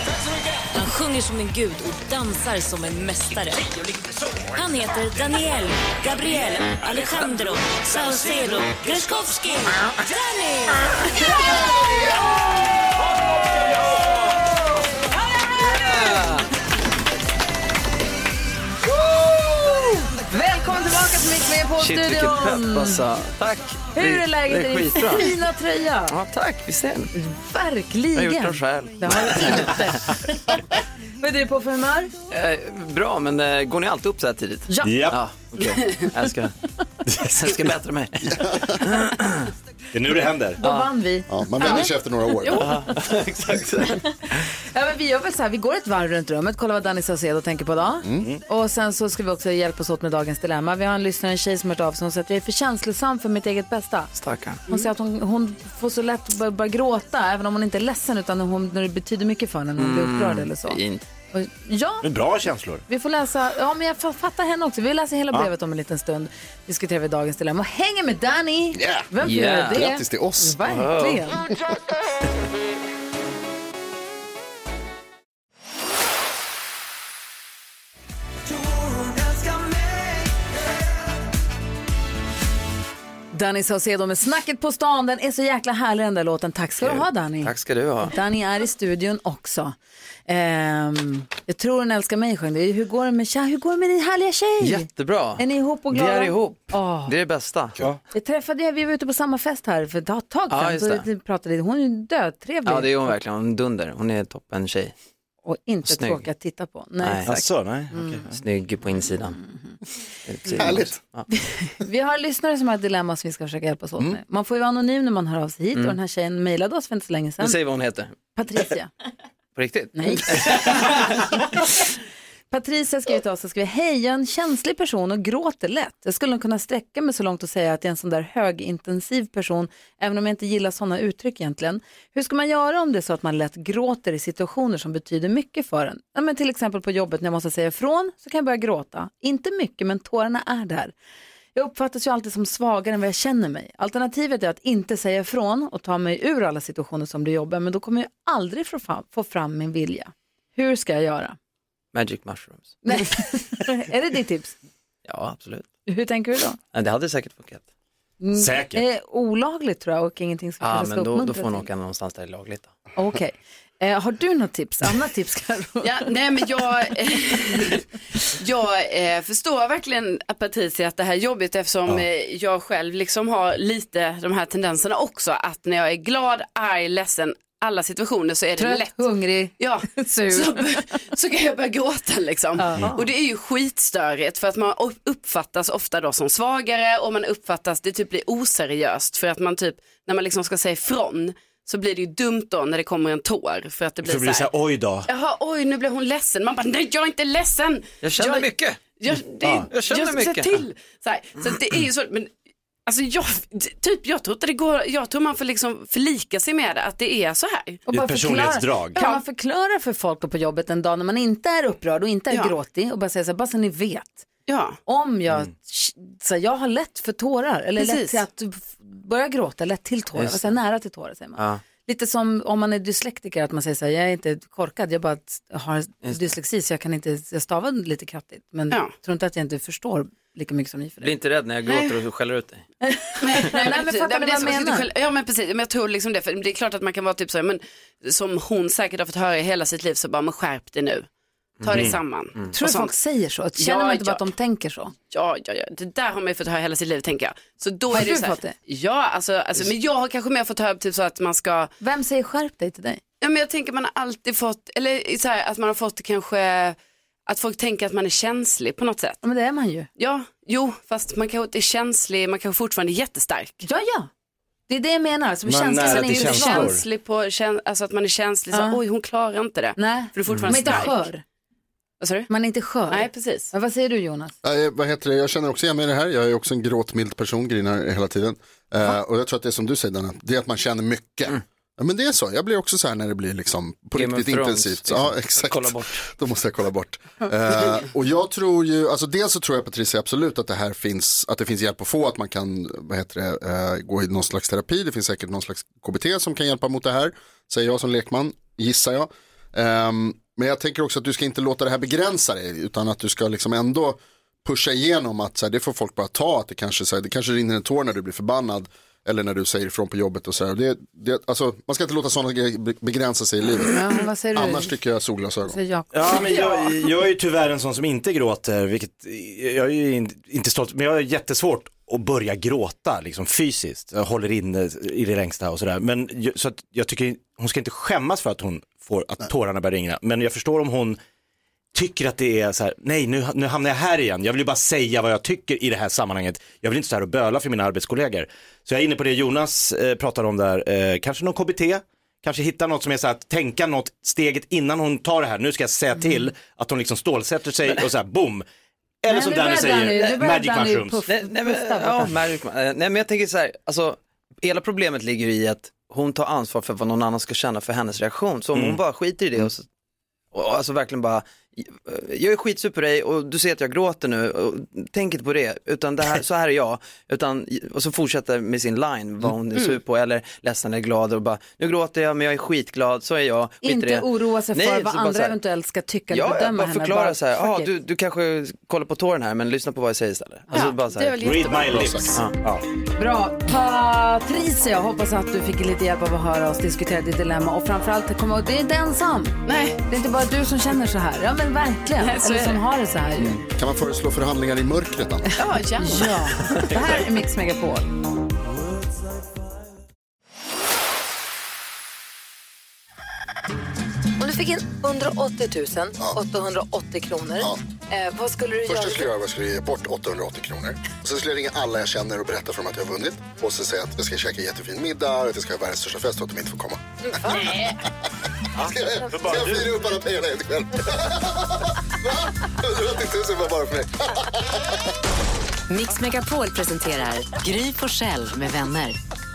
P: Han sjunger som en gud och dansar som en mästare. Han heter Daniel, Gabriel, Alejandro, Saucedo, Grzeszkowski, Danny!
D: Välkommen tillbaka till Mix Megapol
N: Shit, vilken pepp
D: studion!
N: alltså. Tack.
D: Hur
N: Det-
D: är läget
N: Det
D: i
N: är
D: din
N: skitbra.
D: fina tröja?
N: Ja, tack. Mm. Visst är den? Jag
D: Verkligen.
N: har gjort den själv.
D: Det har du inte. Vad är du på för humör?
N: Eh, bra, men eh, går ni alltid upp så här tidigt?
D: Ja. Japp.
N: ja Okej, jag, ska, jag ska bättra mig.
F: Det är nu det händer.
D: Då vann vi.
G: Ja, man vänjer sig efter några år.
D: Jo.
N: Exakt.
D: Ja, men vi gör väl så här, vi går ett varv runt rummet, kollar vad Danny Saucedo tänker på idag.
G: Mm.
D: Och sen så ska vi också hjälpas åt med dagens dilemma. Vi har en lyssnare, en tjej som har hört av sig, hon säger att jag är för känslosam för mitt eget bästa.
N: Stackarn.
D: Hon säger att hon, hon får så lätt att börja, börja gråta, även om hon inte är ledsen, utan hon, när det betyder mycket för henne, när hon
N: Mm.
D: blir
H: Mm,
D: upprörd eller så.
N: Fint.
D: Och, ja,
F: Men bra känslor.
D: vi får läsa, ja men jag fa- fattar henne också. Vi läser hela
F: Ja.
D: brevet om en liten stund. Diskuterar vi dagens dilemma och hänger med Danny. Vem får
N: Yeah.
D: göra det?
N: Grattis till oss.
D: Verkligen. Danny Saucedo med Snacket på stan. Den är så jäkla härlig den där låten. Tack ska du ha Danny.
N: Tack ska du ha.
D: Danny är i studion också. Ehm, jag tror hon älskar mig sjöng det. Hur går det med, tja, hur går det med din härliga tjej?
N: Jättebra.
D: Är ni ihop och glada?
N: Vi är ihop.
D: Ja.
N: Det är det bästa. Ja.
D: Vi träffade, vi var ute på samma fest här för ett tag sedan.
N: Ja, just
D: så
N: det.
D: vi pratade lite. Hon är ju dödtrevlig.
N: det är hon verkligen. Hon är en dunder. Hon är toppen tjej.
D: Och inte
N: Snygg.
D: tråkig att titta på. Nej, exakt.
N: Asså, nej.
D: Mm. Mm-hmm.
N: Snygg på insidan.
D: Härligt. Vi har lyssnare som har ett dilemma som vi ska försöka hjälpas åt
N: Mm.
D: med. Man får ju vara anonym när man hör av sig hit
N: Mm.
D: och den här tjejen mejlade oss för inte så länge
N: Nu
D: sedan.
N: säger vi vad hon heter.
D: Patricia.
N: På riktigt?
D: Nej. Patricia skrev till oss och skrev, hej jag är en känslig person och gråter lätt. Jag skulle nog kunna sträcka mig så långt och säga att jag är en sån där högintensiv person, även om jag inte gillar sådana uttryck egentligen. Hur ska man göra om det är så att man lätt gråter i situationer som betyder mycket för en? Ja, men till exempel på jobbet när jag måste säga ifrån så kan jag börja gråta. Inte mycket men tårarna är där. Jag uppfattas ju alltid som svagare än vad jag känner mig. Alternativet är att inte säga ifrån och ta mig ur alla situationer som blir jobbiga, men då kommer jag aldrig få fram, få fram min vilja. Hur ska jag göra?
N: Magic mushrooms.
D: Nej.
H: Mm.
D: är det ditt tips?
N: Ja, absolut.
D: Hur tänker du då?
N: Ja, Det hade säkert funkat.
D: Mm,
N: Säkert.
D: Det är olagligt tror jag och ingenting som
N: Ja,
D: kanske
N: men
D: ska
N: då, då
D: uppmuntra
N: får hon
D: till.
N: åka någonstans där det är lagligt. Då.
D: Okej. Eh, har du något tips? Annat tips Karo?
H: Ja, nej men jag, eh, jag eh, förstår verkligen att Patricia att det här är jobbigt eftersom
D: Ja.
H: eh, jag själv liksom har lite de här tendenserna också att när jag är glad, arg, ledsen, alla situationer så är det
D: Trött,
H: lätt.
D: hungrig,
H: ja,
D: sur.
H: Så, så kan jag börja gråta liksom.
F: Mm.
D: Ja.
H: Och det är ju skitstörigt för att man upp- uppfattas ofta då som svagare och man uppfattas, det typ blir oseriöst för att man typ, när man liksom ska säga ifrån så blir det ju dumt då när det kommer en tår för att det blir,
F: Så blir det så här, oj då.
H: Jaha, oj nu blev hon ledsen. Man bara, nej jag är inte ledsen.
F: Jag känner mycket.
H: Jag, det,
F: Ja.
H: jag känner mycket. Till. Så, här, så att det är ju så, men alltså jag, typ jag tror inte det går, jag tror man får liksom förlika sig med det, att det är så här.
D: Och bara förklara- Kan man förklara för folk då på jobbet en dag när man inte är upprörd och inte är
H: Ja.
D: gråtig och bara säga så här, bara så ni vet.
H: Ja.
D: Om jag, så här, jag har lätt för tårar eller lätt
H: Precis.
D: till att f- börja gråta, lätt till tårar,
N: Just
D: och så här, nära till tårar säger man.
N: Ja.
D: Lite som om man är dyslektiker, att man säger så här, jag är inte korkad, jag bara har dyslexi så jag kan inte, jag stavar lite krattigt, men tror inte att jag inte förstår lika mycket som ni för det.
N: Bli inte rädd när jag gråter och skäller ut dig.
H: Nej,
D: men
H: precis. Nej,
D: fattar ni
H: det är
D: vad jag
H: som att sitta
D: menar?
H: själv- Ja men precis, men jag tror liksom det. För det är klart att man kan vara typ så här, men som hon säkert har fått höra i hela sitt liv så bara, men skärp dig nu. Ta dig
D: Mm.
H: samman. Och
D: Tror du
H: sånt.
D: folk säger så? Känner
H: Ja,
D: man inte bara
H: ja.
D: att de tänker så?
H: Ja, ja, ja, det där har man ju fått höra hela sitt liv tänker jag. Så då
D: Har
H: är det
D: du
H: så här,
D: fått det?
H: Ja, alltså, alltså, men jag har kanske mer fått höra typ så att man ska
D: Vem säger skärp dig till dig?
H: Ja, men jag tänker man har alltid fått, eller så här, att man har fått kanske, att folk tänker att man är känslig på något sätt.
D: Ja, men det är man ju.
H: Ja, jo, fast man kanske inte är känslig, man kanske fortfarande är jättestark.
D: Ja, ja. Det är det jag menar. Alltså,
H: Man är
D: känslan
H: nära
D: är
H: till
D: inte
H: känslor.
D: svag.
H: Känslig på, kän, alltså att man är känslig,
D: Ja.
H: så, oj hon klarar inte det.
D: Nej,
H: För du är fortfarande
D: man är inte
H: stark.
D: skör.
H: Vad sa du?
D: Man är inte skör.
H: Nej, precis.
D: Men vad säger du Jonas?
G: Ja, jag- vad heter det? Jag känner också igen mig i det här. Jag är också en gråtmild person, grinar hela tiden. Eh, och jag tror att det är som du säger, Danne, det är att man känner mycket. Ja, men det är så, jag blir också så här när det blir liksom på
N: Game of
G: riktigt
N: Thrones,
G: intensivt.
N: liksom.
G: Ja, exakt.
N: Kolla bort.
G: Då måste jag kolla bort. Eh, och jag tror ju, alltså dels så tror jag Patricia absolut att det här finns, att det finns hjälp att få, att man kan, vad heter det, eh, gå i någon slags terapi, det finns säkert någon slags KBT som kan hjälpa mot det här, säger jag som lekman, gissar jag. Ehm, men jag tänker också att du ska inte låta det här begränsa dig, utan att du ska liksom ändå pusha igenom att så här, det får folk bara ta, att det kanske, så här, det kanske rinner en tår när du blir förbannad, Eller när du säger ifrån på jobbet och så här. Det, det, alltså, man ska inte låta sådana grejer be- begränsa sig i livet.
D: Ja, vad säger du?
G: Annars tycker jag solglasögon.
D: Säger Jakob.
F: Ja, men jag, jag är ju tyvärr en sån som inte gråter, vilket jag är ju in, inte stolt, men jag har jättesvårt att börja gråta liksom fysiskt. Jag håller inne i det längsta och sådär. Men ju- så att jag tycker hon ska inte skämmas för att hon får, att tårarna börjar ringa. Men jag förstår om hon tycker att det är så här, nej nu, nu hamnar jag här igen, jag vill ju bara säga vad jag tycker i det här sammanhanget. Jag vill inte stå här och böla för mina arbetskollegor. Så jag är inne på det Jonas eh, pratade om där, eh, kanske någon KBT, kanske hitta något som är så här, att tänka något steget innan hon tar det här, nu ska jag säga till, att hon liksom stålsätter sig och så här, boom. Eller som Danny säger, eh, magic mushrooms.
N: Nej, nej, men, ja, magic, mu- eh, nej men jag tänker så här, alltså, hela problemet ligger i att hon tar ansvar för vad någon annan ska känna för hennes reaktion. Så om
F: Mm.
N: hon bara skiter i det och, så, och och alltså verkligen bara, eh, jag är skitsur på dig och du ser att jag gråter nu, och, tänk inte på det, utan det här, så här är jag. Utan, och så fortsätter med sin line, vad hon är
D: Mm.
N: sur på eller ledsen eller glad och bara, nu gråter jag men jag är skitglad, så är jag. skit i det.
D: Inte oroa sig för
N: Nej,
D: vad
N: så bara
D: andra
N: så här-
D: eventuellt ska tycka eller
N: Ja, jag
D: bedöma
N: bara
D: henne.
N: förklara
D: Bara,
N: så här,
D: fuck
N: ah,
D: it.
N: du, du kanske kollar på tåren här men lyssna på vad jag säger istället. Alltså
D: Ja,
N: bara så
D: det är
N: här.
D: väl jättebra. Read my lips.
N: Ja, ja.
D: Bra. Patricia, jag hoppas att du fick lite hjälp av att höra oss diskutera ditt dilemma. Och framförallt, kom ihåg, du är inte ensam. Nej. Det är inte bara du som känner så här. Ja, men verkligen.
G: Nej, så
D: Eller
G: är
D: som
G: det.
D: har det så här. ju.
G: Kan man föreslå förhandlingar i mörkret? Anna?
D: Ja, ja. Det här är Mix Megapol. Om du fick in 180 880 kronor, eh, vad skulle du
G: Först
D: göra?
G: jag skulle göra var att jag skulle ge bort 880 kronor. Sen skulle jag ringa alla jag känner och berätta för dem att jag har vunnit. Och sen säga att jag ska käka jättefin middag, att jag ska ha världens största fest och att de inte får komma. Ska jag, ska jag fira upp alla pengarna helt själv? Va? 180 000 var typ bara för mig.
E: Mix Megapol presenterar Gry på Själv med vänner.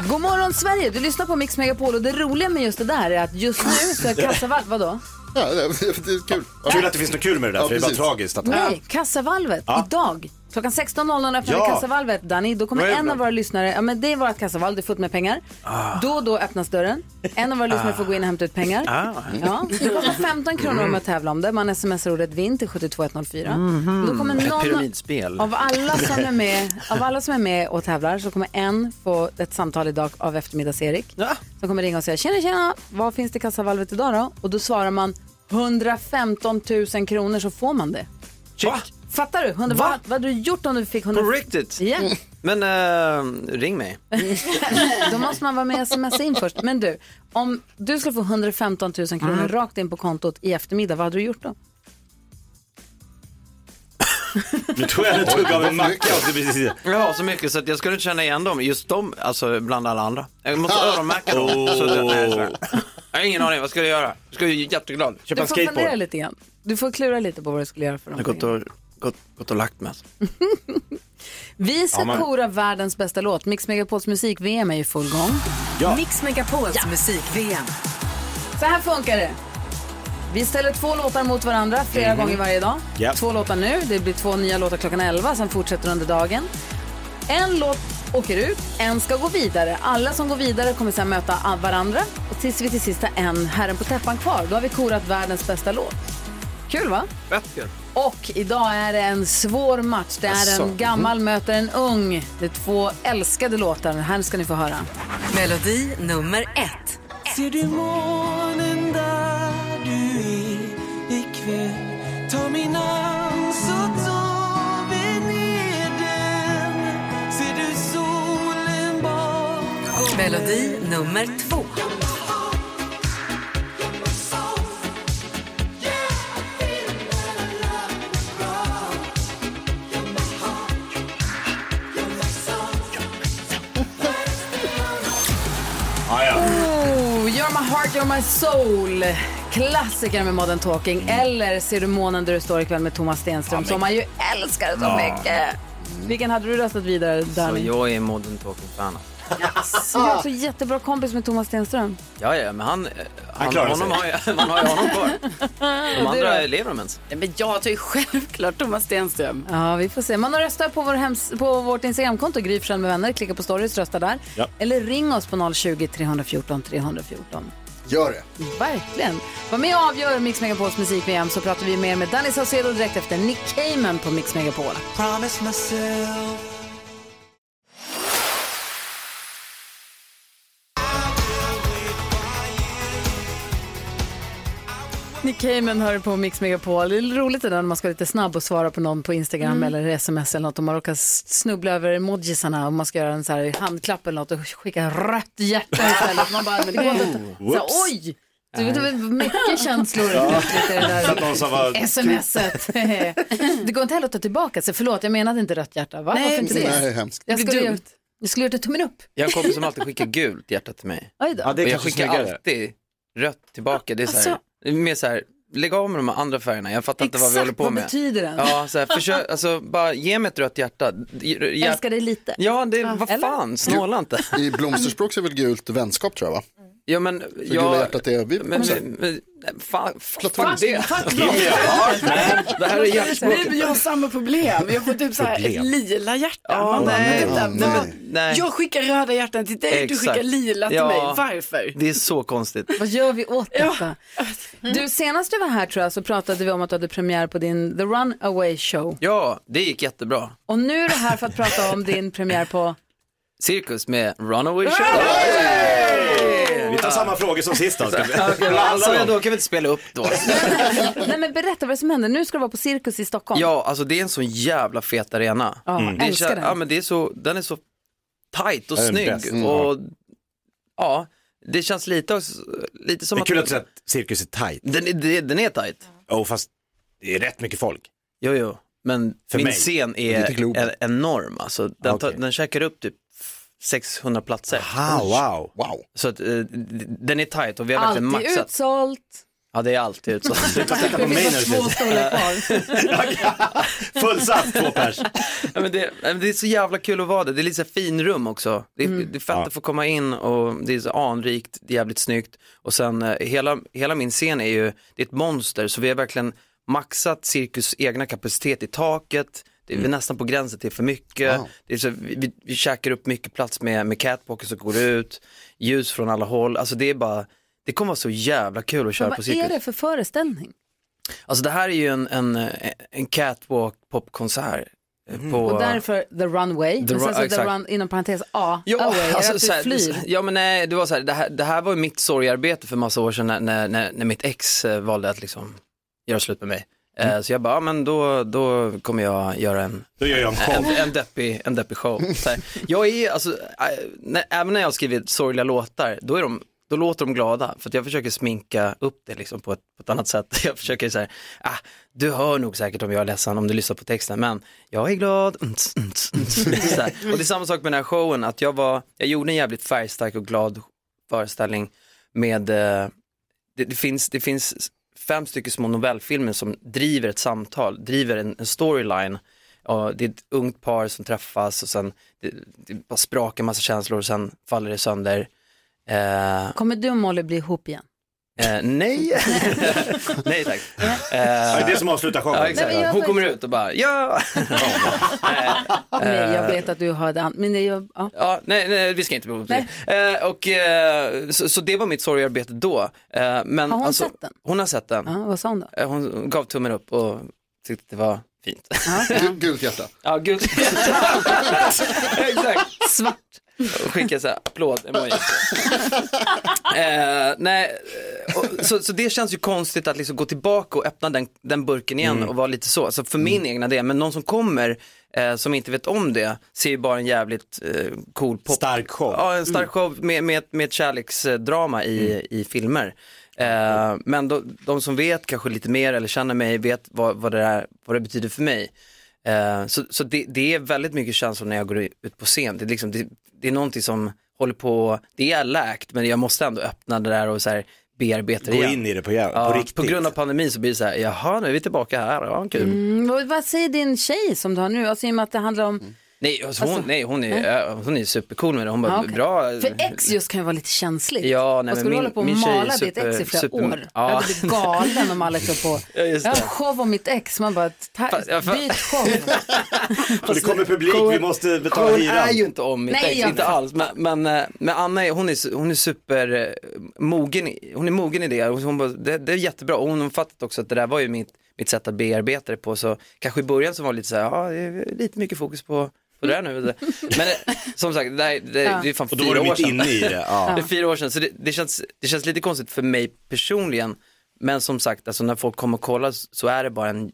D: God morgon Sverige, du lyssnar på Mix Megapol och det roliga med just det där är att just nu så är kassavalvet, vadå?
G: Ja, det det är kul.
F: Kul att det finns något kul med det där,
G: Ja,
F: för det är bara
G: precis.
F: tragiskt att
D: Nej, kassavalvet
F: Ja.
D: idag. Klockan 16.00 öppnar vi
F: Ja.
D: kassavalvet, Danny. Då kommer
F: Vad är det
D: en
F: då?
D: av våra lyssnare, ja men det är vårt kassavalv, det är fullt med pengar.
F: Ah.
D: Då och då öppnas dörren. En av våra lyssnare
F: Ah.
D: får gå in och hämta ut pengar.
F: Ah.
D: Ja, det kostar 15 kronor om man tävlar om det. Man smsar ordet vinn till 72104.
N: Mhm.
D: Då kommer
N: Ett
D: någon
N: pyramidspel.
D: av alla, som är med, av alla som är med och tävlar så kommer en få ett samtal idag av eftermiddags-Erik. Som kommer ringa och säga tjena tjena, vad finns det i kassavalvet idag då? Och då svarar man 115 000 kronor så får man det.
N: Va?
D: Fattar du? 100, vad, vad hade du gjort om du fick 100...
N: På riktigt?
D: Ja.
N: Men eh, ring mig.
D: Då måste man vara med och smsa in först. Men du, om du skulle få 115 000 kronor
N: Mm.
D: rakt in på kontot i eftermiddag, vad hade du gjort då?
F: Nu tog jag en tugga av en macka och
N: Ja, så mycket så att jag skulle inte känna igen dem, just dem, alltså bland alla andra. Jag måste öronmärka dem.
F: Oh.
N: Så att, jag- nej, så här. jag har ingen aning, vad ska jag göra? Jag skulle ju jätteglad.
D: du får fundera lite igen. Du får klura lite på vad du skulle göra för
N: Jag
D: dem.
N: har gått och, gått, gått och lagt mig. alltså.
D: Vi ska
N: Ja, men-
D: kora världens bästa låt. Mix Megapols musik-VM är i full gång.
E: Mix Megapols musik-VM.
D: Så här funkar det. Vi ställer två låtar mot varandra flera
E: Mhm.
D: gånger varje dag.
E: Ja.
D: Två låtar nu, det blir två nya låtar klockan 11, sen fortsätter under dagen. En låt åker ut, en ska gå vidare. Alla som går vidare kommer sen möta varandra och tills vi till sist har en Herren på täppan kvar. Då har vi korat världens bästa låt. Kul va?
N: Fett gött.
D: Och idag är det en svår match. Det är
E: Asså,
D: en gammal möter en ung. Det är två älskade låtar. Den här ska ni få höra.
E: Melodi nummer ett.
K: Ser du månen där du är ikväll? Ta min hand så tar vi ner den. Ser du solen bakom
E: Melodi nummer två.
D: Oh, you're my heart, you're my soul. Klassiker med Modern Talking. Eller Ser du månen där du står ikväll med Thomas Stenström som man ju älskar så
N: Ja.
D: mycket. Vilken hade du röstat vidare,
N: Så
D: Danny?
N: jag är modern talking-fan. alltså.
D: Jaså, Du är också jättebra kompis med Thomas Stenström.
N: Ja, ja, men han, eh, han,
F: klarar sig.
N: honom har ju, man har ju honom kvar. De andra, lever de ens?
H: Nej, men jag tar ju självklart Thomas Stenström.
D: Ja, vi får se. Man röstar på, vår hems- på vårt Instagramkonto, Gry Forssell med vänner. Klicka på stories, rösta där.
G: Ja.
D: Eller ring oss på 020 314 314.
G: Gör det.
D: Verkligen. Var med och avgör Mix Megapols musik-VM så pratar vi mer med Danny Saucedo direkt efter Nick Cayman på Mix Megapol.
K: Promise myself
D: Nick Cayman hör på Mix Megapol. Det är roligt det där när man ska vara lite snabb och svara på någon på Instagram
Q: Mm.
D: eller sms eller något och man råkar snubbla över emojisarna och man ska göra en så här handklapp eller något och skicka rött hjärta istället. Man bara, men det går inte. Så här,
F: Whoops.
D: oj! Du, det var mycket känslor plötsligt i det där.
F: Så att någon som var-
D: SMS-et. det går inte heller att ta tillbaka sig. Förlåt, jag menade inte rött hjärta. Va?
N: Nej,
D: Varför inte
N: precis.
D: det?
N: Nej, det är hemskt.
D: Jag
N: Det blir
D: skulle,
N: dumt.
D: gjort, jag skulle gjort ett tummen upp.
N: Jag har en kompis som alltid skickar gult hjärta till mig.
D: Oj då. Alltså- Ja, det är
N: och jag
D: kanske
N: skickar
D: snyggare.
N: alltid rött tillbaka. Det är så här, mer så här, lägg av med de här andra färgerna, jag fattar inte vad vi
D: Exakt,
N: håller på
D: vad
N: med.
D: betyder den?
N: Ja, så här, försök, alltså bara ge mig ett rött hjärta. Hjär...
D: Älskar dig lite.
N: Ja, det, vad fan, snåla inte.
G: I blomsterspråk är väl gult vänskap tror jag va?
N: Ja, men
G: För gula
N: jag...
G: hjärtat är vi
N: Men,
G: kompisar.
N: men, men, fan, fuck,
G: Fuck,
N: det.
G: fuck
N: Give me a heart, man. Det här är
H: Nej,
N: hjärtspråket.
H: men jag har samma problem. Jag får typ så här ett
N: Problem.
H: lila hjärta.
N: Ja,
H: Man bara,
N: nej,
H: vänta,
N: nej,
H: vad?
N: nej.
H: Jag skickar röda hjärtan till dig, du skickar lila till mig. Varför?
N: Det är så konstigt.
D: Vad gör vi åt detta? Du, senast du var här tror jag så pratade vi om att du hade premiär på din The Runaway Show.
N: Ja, det gick jättebra.
D: Och nu är du här för att prata om din premiär på...
N: Cirkus med Runaway Show.
F: Vi tar samma frågor som sist då. Ska vi?
N: Okej,
F: Vad
N: vad sa
F: handlar det
N: jag
F: om?
N: då? Kan vi inte spela upp då?
D: Nej men berätta vad det är som händer. Nu ska du vara på Cirkus i Stockholm.
N: Ja, alltså det är en sån jävla fet arena.
D: Ja,
N: Det är
D: älskar
N: så-
D: den.
N: Ja, men det är så, den är så tight och
F: Mm. Den är
N: snygg.
F: bäst. Mm.
N: Och, ja, det känns lite, också- lite som
F: Det är
N: att...
F: kul att du säger att cirkus är tight.
N: Den, är- det- den är tight.
F: Jo, fast det är rätt mycket folk.
N: Jo, jo, men
F: För
N: min
F: mig.
N: scen
F: Det är inte
N: är,
F: Globen.
N: en- enorm. Alltså, den,
F: Ah,
N: tar, den käkar upp typ 600 platser.
F: Aha, Ah, wow.
N: wow. Så att, eh, d- den är tight och vi har
D: Alltid
N: verkligen maxat.
D: utsålt.
N: Ja, det är alltid utsålt.
F: Sluta titta på
D: Det
F: mig
D: finns
F: nu.
D: bara två stolar kvar.
F: Fullsatt, två pers.
N: Ja, men det, men det är så jävla kul att vara där. Det är lite så här finrum också. Det är,
D: Mm.
N: det är fett att få komma in och det är så anrikt, det är jävligt snyggt. Och sen eh, hela, hela min scen är ju, det är ett monster så vi har verkligen maxat Cirkus egna kapacitet i taket. Det
D: Mm.
N: är vi nästan på gränsen till för mycket.
F: Wow.
N: Det är så, vi, vi, vi käkar upp mycket plats med, med catwalken som går ut, ljus från alla håll. Alltså det är bara, det kommer vara så jävla kul att köra
D: Men
N: på
D: vad
N: Cirkus.
D: är det för föreställning?
N: Alltså det här är ju en, en, eh, en catwalk popkonsert. eh, På,
D: Mm. Och därför The Runway.
N: The
D: och sen
N: Run-
D: så The
N: exakt.
D: Run inom parentes A.
N: Ja,
D: away. Är det
N: alltså,
D: att
N: så här,
D: du flyr?
N: ja men nej, det var så här, det här, det här var ju mitt sorgearbete för massa år sedan när, när, när, när mitt ex eh, valde att liksom göra slut med mig. Eh,
D: Mm.
N: Så jag bara, ja, men då, då kommer jag göra en,
F: Då gör jag en show.
N: en, en, deppig, en deppig show. Så här, jag är, alltså, äh, när, även när jag har skrivit sorgliga låtar, då, är de, då låter de glada. För att jag försöker sminka upp det liksom på, ett, på ett annat sätt. Jag försöker så här, ah, du hör nog säkert om jag är ledsen om du lyssnar på texten, men jag är glad. Mm, tss, mm, tss, mm, tss. Så här. Och det är samma sak med den här showen, att jag, var, jag gjorde en jävligt färgstark och glad föreställning med, eh, det, det, finns, det finns fem stycken små novellfilmer som driver ett samtal, driver en, en storyline. Och det är ett ungt par som träffas och sen det, det bara sprakar massa känslor och sen faller det sönder. Eh,
D: Kommer du och Molly bli ihop igen?
N: eh, nej, nej tack. Eh,
F: Ja, det är som avslutar showen.
N: Ja, exakt.
D: Nej, men jag
N: Hon
D: var-
N: kommer ut och bara ja. Eh.
D: Nej, jag vet att du har det. an- Men jag, ja.
N: Ja, nej, nej, vi ska inte bli ihop. Eh, och, eh, så, så det var mitt sorgearbete då. Eh, men,
D: Har hon sett den?
N: Hon har sett den.
D: Ja, vad sa hon då?
N: Eh, Hon gav tummen upp och tyckte det var fint.
G: Gult- Gult hjärta.
N: Ja, gult. Exakt.
D: Svart.
N: Och skickade så här applåd emoji. eh, nej, eh, och, så, så det känns ju konstigt att liksom gå tillbaka och öppna den, den burken igen
G: Mm.
F: Mm.
N: och vara lite så. Så för min egna del, men någon som kommer eh, som inte vet om det ser ju bara en jävligt eh, cool pop.
F: Stark show. Mm.
N: Ja, en stark show med, med, ett- med ett kärleksdrama i, i filmer. Eh, men de, de som vet kanske lite mer eller känner mig vet vad, vad, det, är, vad det betyder för mig. Eh, så så det, det är väldigt mycket känslor när jag går ut på scen. Det är, liksom, det, det är någonting som håller på, det är läkt men jag måste ändå öppna det där och så här bearbeta det
F: Gå
N: igen.
F: in i det på, jä-
N: Ja,
F: på riktigt.
N: på grund av pandemin så blir det så här, jaha nu är vi tillbaka här, ja kul.
D: Mm, vad, vad säger din tjej som du har nu? Alltså i och med att det handlar om...
N: Nej, alltså hon,
D: Alltså,
N: nej, hon, är, eh, hon är supercool med det, hon bara,
D: Ja, okej.
N: bra.
D: För ex just kan ju vara lite känsligt.
N: Ja, nej,
D: och
N: men
D: ska du
N: min-
D: hålla på och
N: min tjej är
D: mala ditt
N: super-
D: ex i flera
N: super-
D: år?
N: Ja.
D: Jag hade blivit galen om Alex var på.
N: Ja, just
D: jag har
N: det.
D: en show om mitt ex. Man bara, ta,
N: Fast- ja, fast-
D: byt show.
F: Och det kommer publik, vi måste betala
N: hon
F: hyran.
N: är ju inte om mitt
D: Nej,
N: ex,
D: jag
N: inte
D: vet.
N: alls. Men, men, eh, men Anna är, hon är, su- hon är super eh, mogen, i- hon är mogen i det. Och Hon bara, det, det är jättebra och hon har fattat också att det där var ju mitt, mitt sätt att bearbeta det på. Så kanske i början så var det lite så här, ja det är lite mycket fokus på på det där nu. Men eh, som sagt, det, här- det,
F: Ja.
N: det är fan
F: Och då
N: fyra
F: var du
N: år
F: mitt
N: sedan.
F: inne i det, ja.
N: Det är fyra år sedan, så det, det, känns, det känns lite konstigt för mig personligen Men som sagt, alltså, när folk kommer och kollar så är det bara en,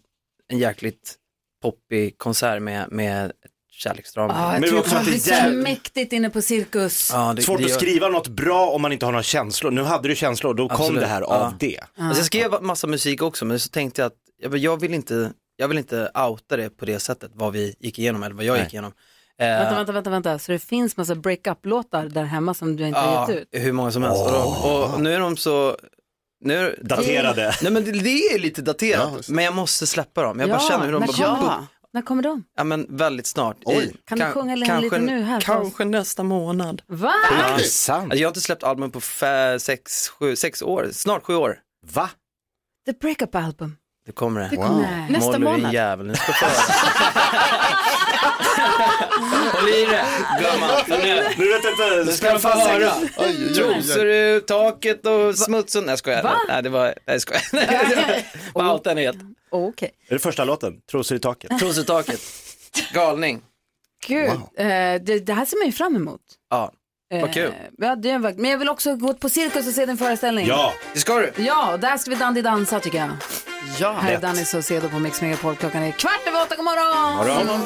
N: en jäkligt poppig konsert med, med ett kärleksdrama.
D: Ah, jag tror det kommer bli så mäktigt inne på Cirkus.
N: Ja, det-
F: Svårt
N: det
F: att
N: gör-
F: skriva något bra om man inte har några känslor. Nu hade du känslor, då kom
N: Absolut.
F: det här
N: Ja.
F: av det.
N: Alltså jag skrev massa musik också men så tänkte jag att ja, men jag vill inte, jag vill inte outa det på det sättet vad vi gick igenom eller vad jag
D: Nej.
N: gick igenom. Eh,
D: Vänta, vänta, vänta, vänta. Så det finns massa break-up-låtar där hemma som du inte har gett ut?
N: Ja, hur många som helst. Och de- Och nu är de så... Nu är... Mm.
D: Daterade.
N: Nej men det, det är lite daterat, men jag måste släppa dem. Jag bara känner hur de
D: när,
N: bara...
D: kommer de? när kommer de?
N: Ja men väldigt snart. I-
D: Kan du
N: kan-
D: sjunga lite
N: kanske-
D: nu här? för oss?
N: Kanske nästa månad.
D: Va?
N: Ja. Alltså, jag har inte släppt album på fe- sex, sju, sex år, snart sju år. Va?
D: The break-up album.
N: Det kommer det.
D: Det kommer. Nästa
N: Molly, din
D: månad.
N: jävel, nu ska du få höra. Håll i det, gumman.
F: Nu vet jag inte,
N: Nu ska du få höra.
F: oj, oj.
N: Trosor ur taket och smuts och... Nej, jag skojar.
D: Va?
N: Nej, det var... Nej, jag skojar. Bara outa en helt.
D: Okej.
F: Är det första låten? Trosor i taket?
N: Trosor i taket. Galning.
D: Gud, eh, det, det här ser man ju fram emot.
N: Ja, vad kul.
D: Eh, Ja, det är en vakt. Men jag vill också gå på cirkus och se din föreställning.
N: Det ska du.
D: Ja, där ska vi Dandy dansa tycker jag.
N: Ja.
D: Här är Danny Saucedo på Mix Megapol. Klockan är kvart över åtta. God morgon!
N: God morgon.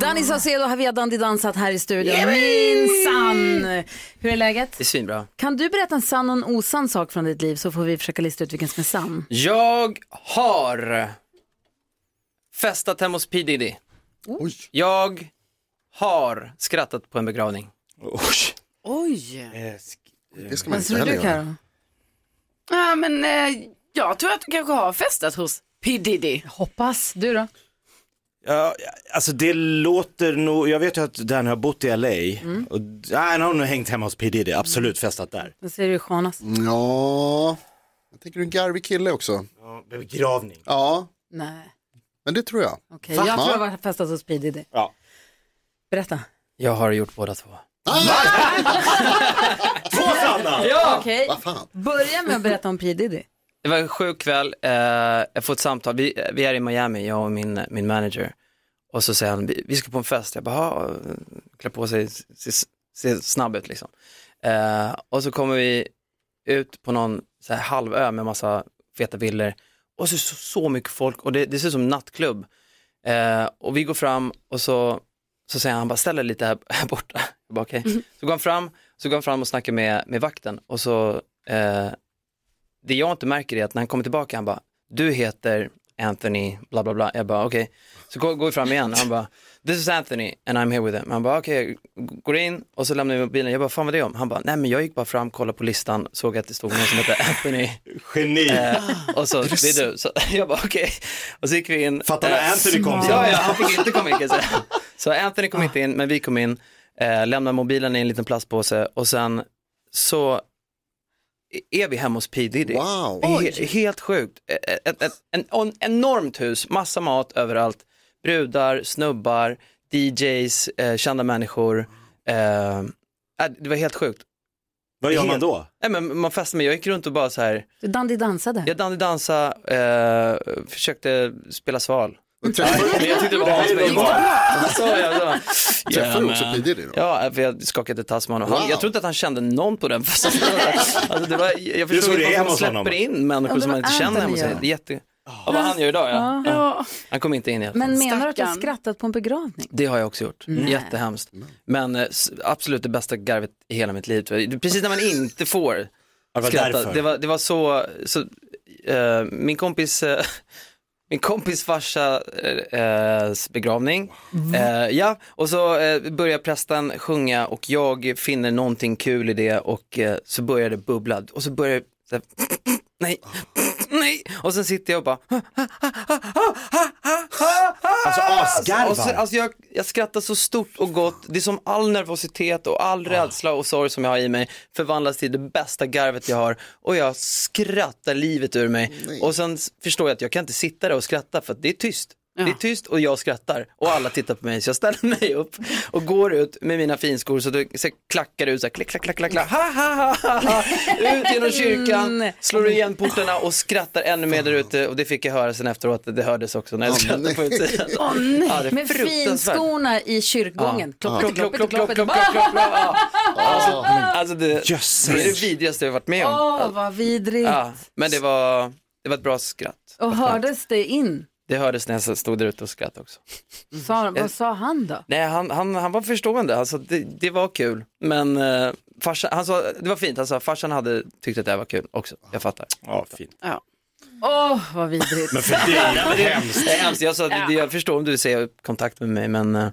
D: Danny Saucedo har via Dandy dansat här i studion.
N: Yay!
D: Minsann! Hur är läget?
N: Det är svinbra.
D: Kan du berätta en sann och en osann sak från ditt liv så får vi försöka lista ut vilken som är sann?
N: Jag har festat hemma hos P Diddy. Jag har skrattat på en begravning.
H: Oj.
N: Det
H: man Vad inte tror du, heller göra. Ja, men eh, jag tror att du kanske har festat hos P Diddy.
D: Hoppas. Du då?
F: Ja, alltså det låter nog, jag vet ju att Dan har bott i LA.
D: Mm.
F: Och, nej, han har nog hängt hemma hos P Diddy, absolut festat där.
D: Vad säger du Jonas?
G: Ja, jag tänker du är en garvig kille också.
F: Ja, begravning.
G: Ja,
D: Nej.
G: men det tror jag.
D: Okej, jag tror jag var festad hos P Diddy.
F: Ja.
D: Berätta.
N: Jag har gjort båda två.
F: Två sanna!
N: Ja!
D: Okej. Börja med att berätta om P Diddy.
N: Det var en sjuk kväll, eh, jag får ett samtal, vi, eh, vi är i Miami, jag och min, min manager. Och så säger han, vi, vi ska på en fest, jag bara, "Ja." klä på sig, se, se snabb ut liksom. Eh, och så kommer vi ut på någon så här, halvö med massa feta villor. Och så, så, så mycket folk och det, det ser ut som en nattklubb. Eh, och vi går fram och så, så säger han, han bara ställ dig lite här, här borta. Jag bara, "Okej." Så går han fram, så går han fram och snackar med, med vakten och så eh, det jag inte märker är att när han kommer tillbaka, han bara, du heter Anthony, bla bla bla. Jag bara, okej. Så går går vi fram igen, han bara, this is Anthony and I'm here with him. Han bara, okej, går in och så lämnar vi mobilen. Jag bara, fan vad det är om? Han bara, nej men jag gick bara fram, kollade på listan, såg att det stod någon som hette Anthony.
F: Geni.
N: Eh, och
H: Ah.
N: så, det är du. Så jag bara, okej. Och så gick vi in.
F: Fattar när Anthony kom sen.
N: Ja, ja, han fick inte komma in kan jag säga. Så Anthony kom
F: Ah.
N: inte in, men vi kom in, eh, lämnade mobilen i en liten plastpåse och sen så är vi hemma hos P Diddy.
G: Wow.
N: He- helt sjukt. Ett, ett, ett, en, en enormt hus, massa mat överallt. Brudar, snubbar, DJs, eh, kända människor. Eh, äh, det var helt sjukt.
F: Vad gör man
N: Helt-
F: då?
N: Nej, men man festar, men jag gick runt och bara så här,
D: Så Dandy dansade.
N: jag dan- dansa, eh, försökte spela sval. Men jag tyckte det var
G: Det här är
N: asmysigt.
G: bra.
N: Så jag så.
G: Träffade du också
N: Jajamän.
G: P Diddy då?
N: Ja, för jag skakade tass med honom. Han-
G: Wow.
N: Jag tror inte att han kände någon på den festen. Alltså, det var,
G: Det är
N: jag
G: så
N: förstod
G: det är hemma
N: inte varför man
G: hos
N: släpper
G: honom.
N: in människor
D: Ja,
N: som man
D: det
N: inte
D: var
N: känner hemma
D: Anthony
N: hos sig.
D: gör.
N: Det är jätte... Ja, vad han gör idag ja.
D: Ja.
N: ja. Han kom inte in i alla fall.
D: Men menar du att du har skrattat på en begravning?
N: Det har jag också gjort.
D: Nej.
N: Jättehemskt. Men eh, s- absolut det bästa garvet i hela mitt liv. tror jag. Det är Precis när man inte får
F: det var
N: skratta.
F: därför.
N: Det var, det var så, så eh, min kompis eh, min kompis farsa eh, eh, begravning. Eh, ja, och så eh, börjar prästen sjunga och jag finner någonting kul i det och eh, så börjar det bubbla och så börjar så här, nej, nej, och sen sitter jag och bara
F: Alltså
N: och så,
F: asgarvar.
N: alltså jag, jag skrattar så stort och gott, det är som all nervositet och all
D: Ah.
N: rädsla och sorg som jag har i mig förvandlas till det bästa garvet jag har och jag skrattar livet ur mig och sen s- förstår jag att jag kan inte sitta där och skratta för att det är tyst. Det är tyst och jag skrattar och alla tittar på mig så jag ställer mig upp och går ut med mina finskor så det så klackar det ut så här klick, klack, klack, klack, klack, ha, ha, ha, ha, ha, ut genom
D: Mm.
N: kyrkan, slår igen portarna och skrattar ännu mer där ute och det fick jag höra sen efteråt, det hördes också när jag skrattade på utsidan.
D: Åh nej,
N: Ja, det är
D: med
N: fruktansvärt.
D: finskorna i kyrkgången.
N: Ja.
D: Klopp,
N: Ja.
D: klopp, klopp, klopp, klopp, klopp,
N: Alltså, alltså det, det är det vidrigaste jag varit med om. Alltså,
D: Åh, Ah. vad vidrigt.
N: Ja, men det var, det var ett bra skratt.
D: Och hördes det in?
N: Det hördes när jag stod där ute och skrattade också.
D: Sa,
N: Mm.
D: vad sa han då?
N: Nej, han, han, han var förstående. Alltså, det, det var kul. Men eh, farsan, han sa, det var fint. Han sa farsan hade tyckt att det här var kul också. Jag fattar.
F: Ja, fint.
D: Ja. Åh, vad vidrigt.
N: Men för dig är det hemskt. Det är hemskt. Jag sa, det, det- jag förstår om du säger kontakt med mig, men eh,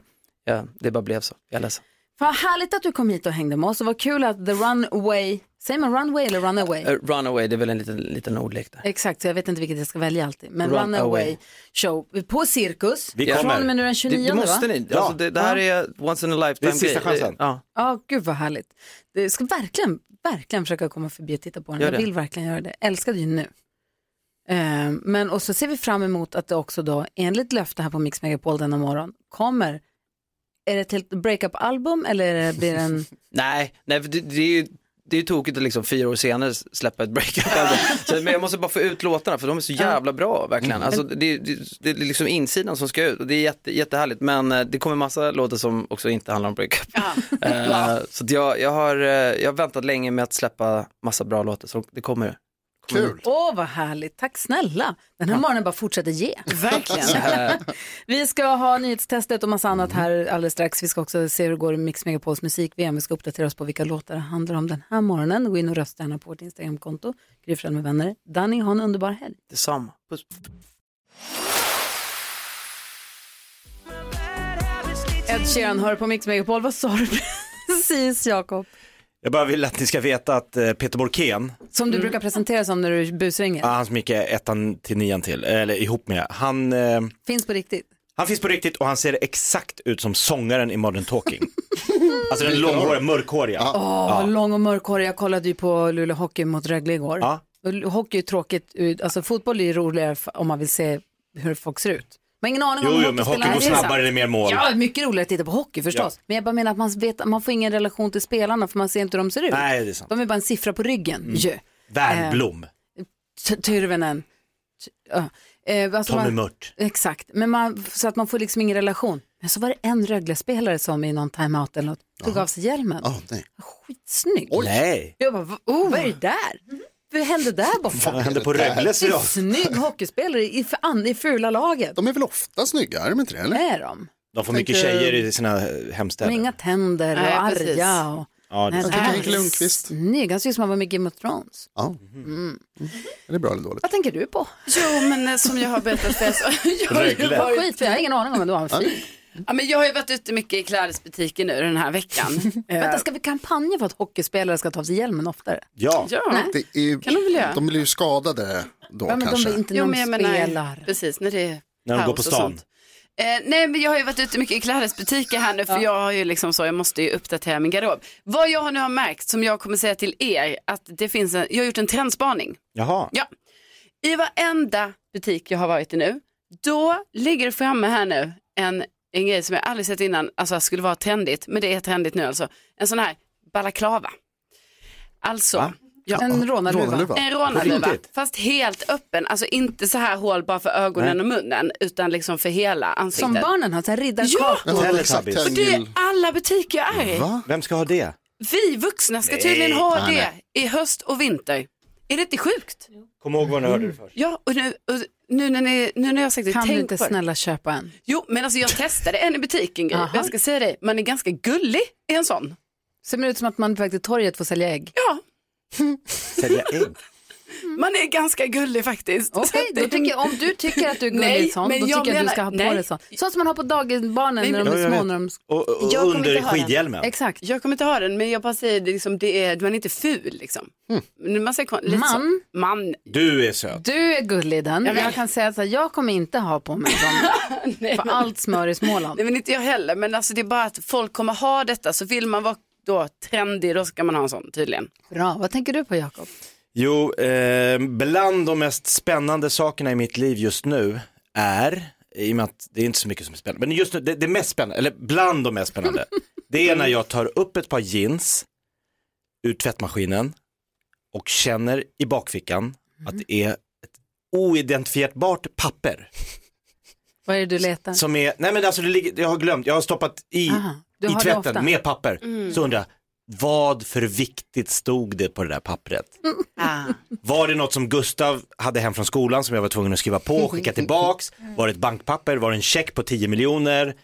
N: ja, det bara blev så. Jag är ledsen.
D: Vad härligt att du kom hit och hängde med oss och vad kul att the runway, säger man runway eller runaway?
N: Eh, Runaway, det är väl en liten, liten ordlek där.
D: Exakt, så jag vet inte vilket jag ska välja alltid. Men
N: Run
D: Runaway
N: Away.
D: show på Cirkus.
N: Vi
D: Från
N: kommer.
D: och med nu den
N: Det-
D: 29
N: det måste
D: va?
N: ni. Alltså, det- det här är once in a lifetime
F: Det är sista
N: grej.
F: chansen.
N: Ja.
D: Ja, gud vad härligt. Jag ska verkligen, verkligen försöka komma förbi och titta på den.
N: Gör
D: Jag
N: det.
D: vill verkligen göra det. Jag älskar det ju nu. Eh, Men och så ser vi fram emot att det också då, enligt löfte här på Mix Megapol denna morgon, kommer, är det ett helt breakup-album eller är det- blir det en...
N: Nej, nej för det, det är ju det är ju tokigt att liksom fyra år senare släppa ett breakup album. Så, Men jag måste bara få ut låtarna för de är så jävla bra verkligen. Alltså, det, det, det är liksom insidan som ska ut och det är jätte, jättehärligt. Men eh, det kommer massa låtar som också inte handlar om breakup. Eh, Så att jag, jag, har, eh, jag har väntat länge med att släppa massa bra låtar så det kommer. Kul.
D: Åh, vad härligt. Tack snälla. Den här morgonen bara fortsätter ge.
N: Verkligen. Mm.
D: vi ska ha nyhetstestet och massa annat här alldeles strax. Vi ska också se hur det går i Mix Megapols musik-VM. Vi ska uppdatera oss på vilka låtar det handlar om den här morgonen. Gå in och rösta gärna på vårt Instagramkonto. Gry Forssell med vänner. Danny, ha en underbar helg.
N: Detsamma. Puss.
D: Ed Sheeran hör på Mix Megapol. Vad sa du precis, Jakob?
F: Jag bara vill att ni ska veta att eh, Peter Borkén,
D: Som
N: Mm.
D: du brukar presentera som när du busringer.
F: ah, han som gick eh, ettan till nian till, eller ihop med, han, eh,
D: Finns på riktigt.
F: han finns på riktigt och han ser exakt ut som sångaren i Modern Talking. alltså den långhåriga, mörkhåriga.
D: Åh, lång och mörkhårig. Jag kollade ju på Luleå Hockey mot Rögle igår. Och l- Hockey är tråkigt, ur- alltså fotboll är ju roligare f- om man vill se hur folk ser ut. Man har ingen aning om
F: Jo,
D: hur
F: jo, men
D: hockeyspelarna
F: hockey går
D: är. sant.
F: snabbare, det är mer mål.
D: Ja, mycket roligare att titta på hockey förstås.
F: Ja.
D: Men jag bara menar att man, vet, man får ingen relation till spelarna för man ser inte hur de ser ut.
F: Nej, det är sant.
D: De är bara en siffra på ryggen
F: Mm.
D: ju.
F: Värnblom.
D: Eh, T- Tyrvänen. T- ja. Eh, alltså
F: Tommy
D: man-
F: Mört.
D: Exakt, men man, så att man får liksom ingen relation. Men så var det en Rögle-spelare som i någon timeout eller något tog av sig hjälmen.
G: nej.
D: Skitsnygg.
F: Nej.
D: Jag bara, "Va- oh, vad är det där? Vad hände där borta?
G: Vad hände på Rögle, sa jag?
D: Snygg hockeyspelare i, för an, i fula laget.
G: De är väl ofta snygga, är de inte det? Eller?
D: Är de?
F: De får mycket
D: Tänker-
F: tjejer i sina eh,
D: Men
F: hemstäder.
D: inga tänder och
G: Nej, precis.
D: arga. Och...
F: Ja, det är
D: Nej,
F: sant.
D: den här
G: Henrik
D: är
G: Lundqvist.
D: Snygg, han ser ut som han var med i Game of Thrones.
G: Ja.
D: Mm.
G: Är det bra eller dåligt?
D: Vad tänker du på?
H: Jo, men eh, som jag har berättat för er så jag har ju
G: Rögle.
H: varit-
D: Skit, för jag har ingen aning om det var han fin.
H: Ja, men jag har ju varit ute mycket i klädesbutiken nu den här veckan. Eh,
D: Vänta, ska vi kampanja för att hockeyspelare ska ta av sig hjälmen oftare?
G: Ja,
H: Ja.
G: Det är, ju-
H: Kan de väl göra?
G: de blir ju skadade då
D: Ja, men de
G: kanske.
D: blir inte
H: Jo,
D: någon
H: men jag menar,
D: spelar.
H: Precis, när det är
G: När de går
H: paus
G: på
H: och
G: stan.
H: sånt. Eh, nej men jag har ju varit ute mycket i klädesbutiker här nu för jag har ju liksom så, jag måste ju uppdatera min garderob. Vad jag nu har märkt som jag kommer säga till er att det finns en, jag har gjort en trendspaning.
F: Jaha.
H: Ja. I varenda butik jag har varit i nu, då ligger det framme här nu en, en grej som jag aldrig sett innan, alltså skulle vara trendigt, men det är trendigt nu alltså. En sån här balaklava. Alltså, ja.
D: En rånarluva. Rånarluva.
H: En
D: På
H: rånarluva,
D: riktigt?
H: fast helt öppen, alltså inte så här hål bara för ögonen
D: Nej.
H: och munnen, utan liksom för hela ansiktet.
D: Som barnen har, så här
H: Ja,
D: riddarkartor.
F: Teletubbies.
H: och det är alla butiker jag är i.
F: Vem ska ha det?
H: Vi vuxna ska
F: Nej.
H: tydligen ha
F: Nej,
H: det i höst och vinter. Är det inte sjukt?
F: Kom ihåg vad ni hörde det först.
H: Ja, och nu, och nu, när, ni, nu när jag har sagt det,
D: Kan
H: tänk
D: du inte
H: på det.
D: snälla köpa en?
H: Jo, men alltså jag testade en i butiken, Gry.
D: Aha.
H: jag ska säga dig, man är ganska gullig i en sån.
D: Ser det ut som att man är på väg till torget får sälja ägg?
H: Ja.
F: Sälja ägg?
H: Mm. Man är ganska gullig faktiskt. Så
D: Okej,
H: att det-
D: då tycker jag, om du tycker att du är gullig
H: Nej,
D: i sånt,
H: men
D: då tycker jag
H: jag
D: att du
H: menar-
D: ska ha på
H: nej.
D: dig sånt. Sånt som man har på dagbarnen
H: Nej,
D: när
H: men-
D: de
H: Ja, jag
D: är små.
H: vet.
D: När de...
F: Och, och
H: Jag kommer inte
F: under
H: ha den.
F: skidhjälmen.
D: Exakt.
H: Jag kommer inte ha den, men jag bara säger det, liksom, det är, man är inte ful liksom.
F: Mm.
H: Nu, Man, säger, kon- lite
D: Man.
H: Så, man.
F: Du är söt.
D: Du är gullig i den.
H: Jag vet.
D: Jag kan säga att jag kommer inte ha på mig sånt. För allt smör i Småland.
H: Nej, men inte jag heller, men alltså, det är bara att folk kommer ha detta, så vill man vara då trendig, då ska man ha en sån tydligen.
D: Bra, vad tänker du på Jakob?
F: Jo, eh, bland de mest spännande sakerna i mitt liv just nu är I och med att det är inte så mycket som är spännande. Men just nu, det, det mest spännande, eller bland de mest spännande, det är när jag tar upp ett par jeans ur tvättmaskinen och känner i bakfickan att det är ett oidentifierbart papper.
D: Vad är det du letar?
F: Som är, nej men alltså det ligger, jag har glömt, jag har stoppat i,
D: Aha, du
F: i
D: har det ofta.
F: tvätten med papper.
D: Mm.
F: Så undrar jag, vad för viktigt stod det på det där pappret?
H: Ah.
F: Var det något som Gustav hade hem från skolan som jag var tvungen att skriva på och skicka tillbaks?
D: Mm.
F: Var det ett bankpapper? Var det en check på 10 miljoner?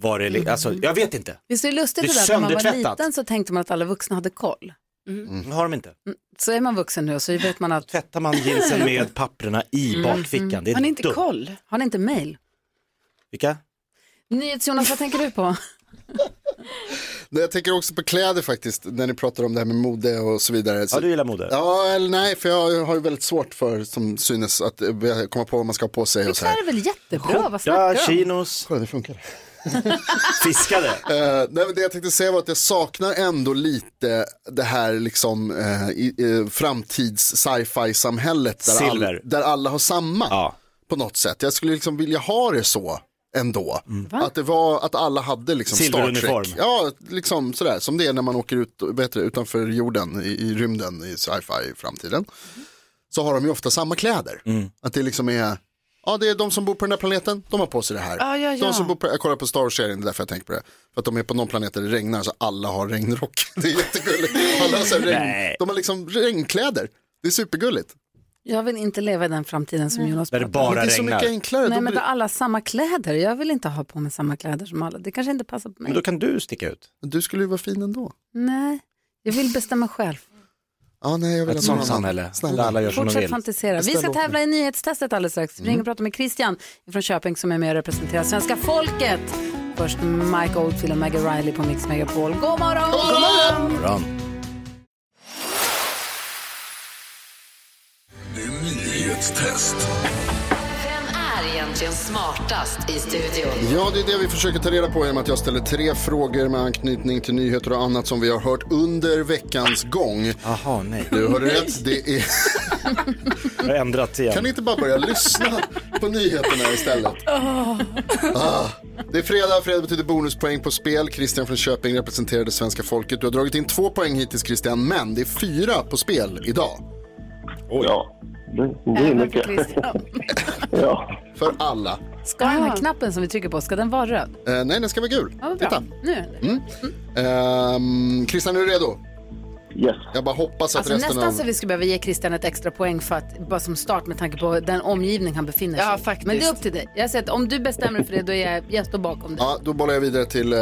F: Var det,
D: Mm.
F: li- alltså, jag vet inte.
D: Visst är det lustigt
F: Det
D: det,
F: är
D: där, när man var
F: söndertvättat.
D: liten så tänkte man att alla vuxna hade koll.
F: Mm. Har de inte?
D: Så är man vuxen nu så vet man att...
F: Tvättar man Jeansen med papperna i bakfickan. Det är
D: Mm. Har ni inte
F: dumt.
D: koll? Har ni inte mail?
F: Vilka?
D: NyhetsJonas, vad tänker du på?
G: Nej, Jag tänker också på kläder faktiskt, när ni pratar om det här med mode och så vidare. Så,
F: Ja, du gillar mode.
G: Ja, eller nej, för jag har ju väldigt svårt för, som synes, att eh, komma på vad man ska ha på sig och så här.
D: Det är väl jättebra, vad snackar du om?
F: chinos.
G: Kolla, det funkar. Eh,
F: Fiskade.
G: nej, men det jag tänkte säga var att jag saknar ändå lite det här liksom eh, i, eh, framtids sci-fi samhället där,
F: Silver.
G: där alla har samma på något sätt. Jag skulle liksom vilja ha det så ändå. Att det var att alla hade liksom Star
F: Silveruniform.
G: Trek. Ja, liksom sådär som det är när man åker ut vad heter det, utanför jorden i, i rymden i sci-fi i framtiden. Så har de ju ofta samma kläder.
F: Mm.
G: Att det liksom är Ja, det är de som bor på den där planeten, de har på sig det här.
D: Ah,
H: Ja, ja, ja.
G: De som bor på, jag kollar på Star Wars-serien, det är därför jag tänker på det. För att de är på någon planet där det regnar, så alla har regnrock. Det är jättegulligt. Alla har så här regn,
F: Nej.
G: de har liksom regnkläder. Det är supergulligt.
D: Jag vill inte leva i den framtiden som Jonas
F: Där det
D: pratar om.
F: bara Men det är så regnar. mycket enklare,
D: Nej,
F: då
D: men
F: blir-
D: där alla har samma kläder. Jag vill inte ha på mig samma kläder som alla. Det kanske inte passar på mig.
F: Men då kan du sticka ut.
G: Du skulle ju vara fin ändå.
D: Nej, jag vill bestämma själv.
G: Ja, nej, jag vill ha
F: Ett sånt
G: någon
F: samhälle
G: annan.
F: där alla gör som de
D: Fortsätt
F: vill.
D: fantisera. Vi ska tävla i nyhetstestet alldeles strax. Vi ringer och pratar med Christian från Köping som är med och representerar svenska folket. Först Mike Oldfield och Maggie Riley på Mix Megapol. God morgon!
Q: God morgon!
O: Nyhetstest.
E: Vem är egentligen smartast i studion?
G: Ja, det är det vi försöker ta reda på genom att jag ställer tre frågor med anknytning till nyheter och annat som vi har hört under veckans gång.
F: Jaha, nej.
G: Du hörde rätt, det är...
F: Jag har ändrat igen.
G: Kan ni inte bara börja lyssna på nyheterna istället? Ah, det är fredag, fredag betyder bonuspoäng på spel. Christian från Köping representerar det svenska folket. Du har dragit in två poäng hittills Christian, men det är fyra på spel idag.
O: Oj. Ja, det, det är mycket. ja.
G: För alla.
D: Ska den här knappen som vi trycker på, ska den vara röd?
G: Eh, nej, den ska vara gul.
D: Ja, vad bra.
G: Titta.
D: Nu är den.
G: Mm. Ehm, Christian, är du redo? Yes. Jag bara hoppas att
D: Alltså,
G: resten
D: nästan
G: av...
D: så vi skulle behöva ge Christian ett extra poäng för att, bara som start med tanke på den omgivning han befinner sig ja, faktiskt. Men det är upp till dig. Jag säger att om du bestämmer dig för det, då är jag, jag står bakom dig.
G: Ja, då bollar jag vidare till eh,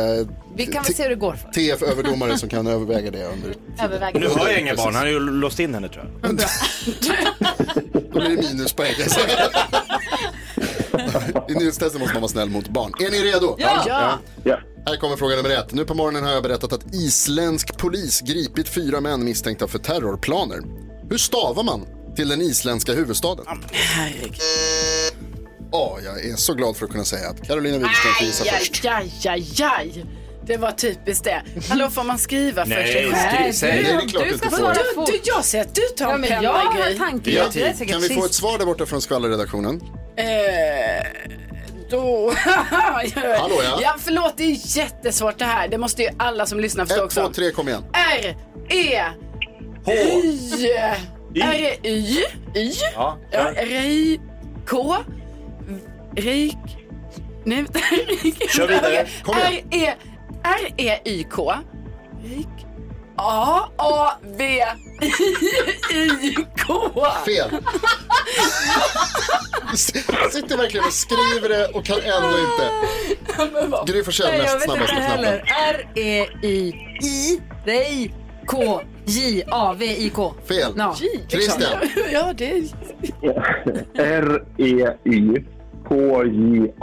D: Vi kan väl se hur det går för.
G: TF-överdomare som kan överväga det under...
D: Överväg.
F: Nu hör jag inga barn, han har ju låst in henne tror jag.
G: Då blir det minuspoäng. alltså. I nyhetstester måste man vara snäll mot barn. Är ni redo?
Q: Ja! Ja.
G: Här kommer fråga nummer ett. Nu på morgonen har jag berättat att isländsk polis gripit fyra män misstänkta för terrorplaner. Hur stavar man till den isländska huvudstaden?
H: Herregud.
G: Ja, jag är så glad för att kunna säga att Carolina Widerström får gissa först.
H: Aj, aj, aj, aj. Det var typiskt det. Hallå, får man skriva
G: Nej,
H: först?
G: skri- Nej, säg. det är klart du inte får.
H: Du, du, jag ser att du tar
D: Ja,
H: en
D: men
H: penna.
D: jag har
H: Gry.
D: en tanke.
G: Vi har
D: Jag- jag är
G: tid.
D: säkert
G: Kan vi få
D: sist.
G: ett svar där borta från skvallerredaktionen?
H: Eh, då...
G: Hallå, ja.
H: ja, förlåt, det är jättesvårt det här. Det måste ju alla som lyssnar förstå
G: Ett,
H: också.
G: två, tre, kom igen.
H: R, E,
G: H.
H: Y,
G: Y.
H: R, Y, Y,
G: Ja,
H: Ja, Rej, K, Rik, nej vänta, Rik.
Q: Kör vidare.
H: Okej,
Q: Kom
H: R,
Q: igen.
H: E, R, E, Y, K, Rik, A, A, V, I, I, K.
G: Fel. Jag sitter verkligen och skriver det och kan ändå inte. Gry Forssell näst snabbast med knappen.
D: E R-E-I-I, rej, K, J, A, V, I, K.
G: Fel.
D: No.
G: Christian.
H: Ja, det är...
J: E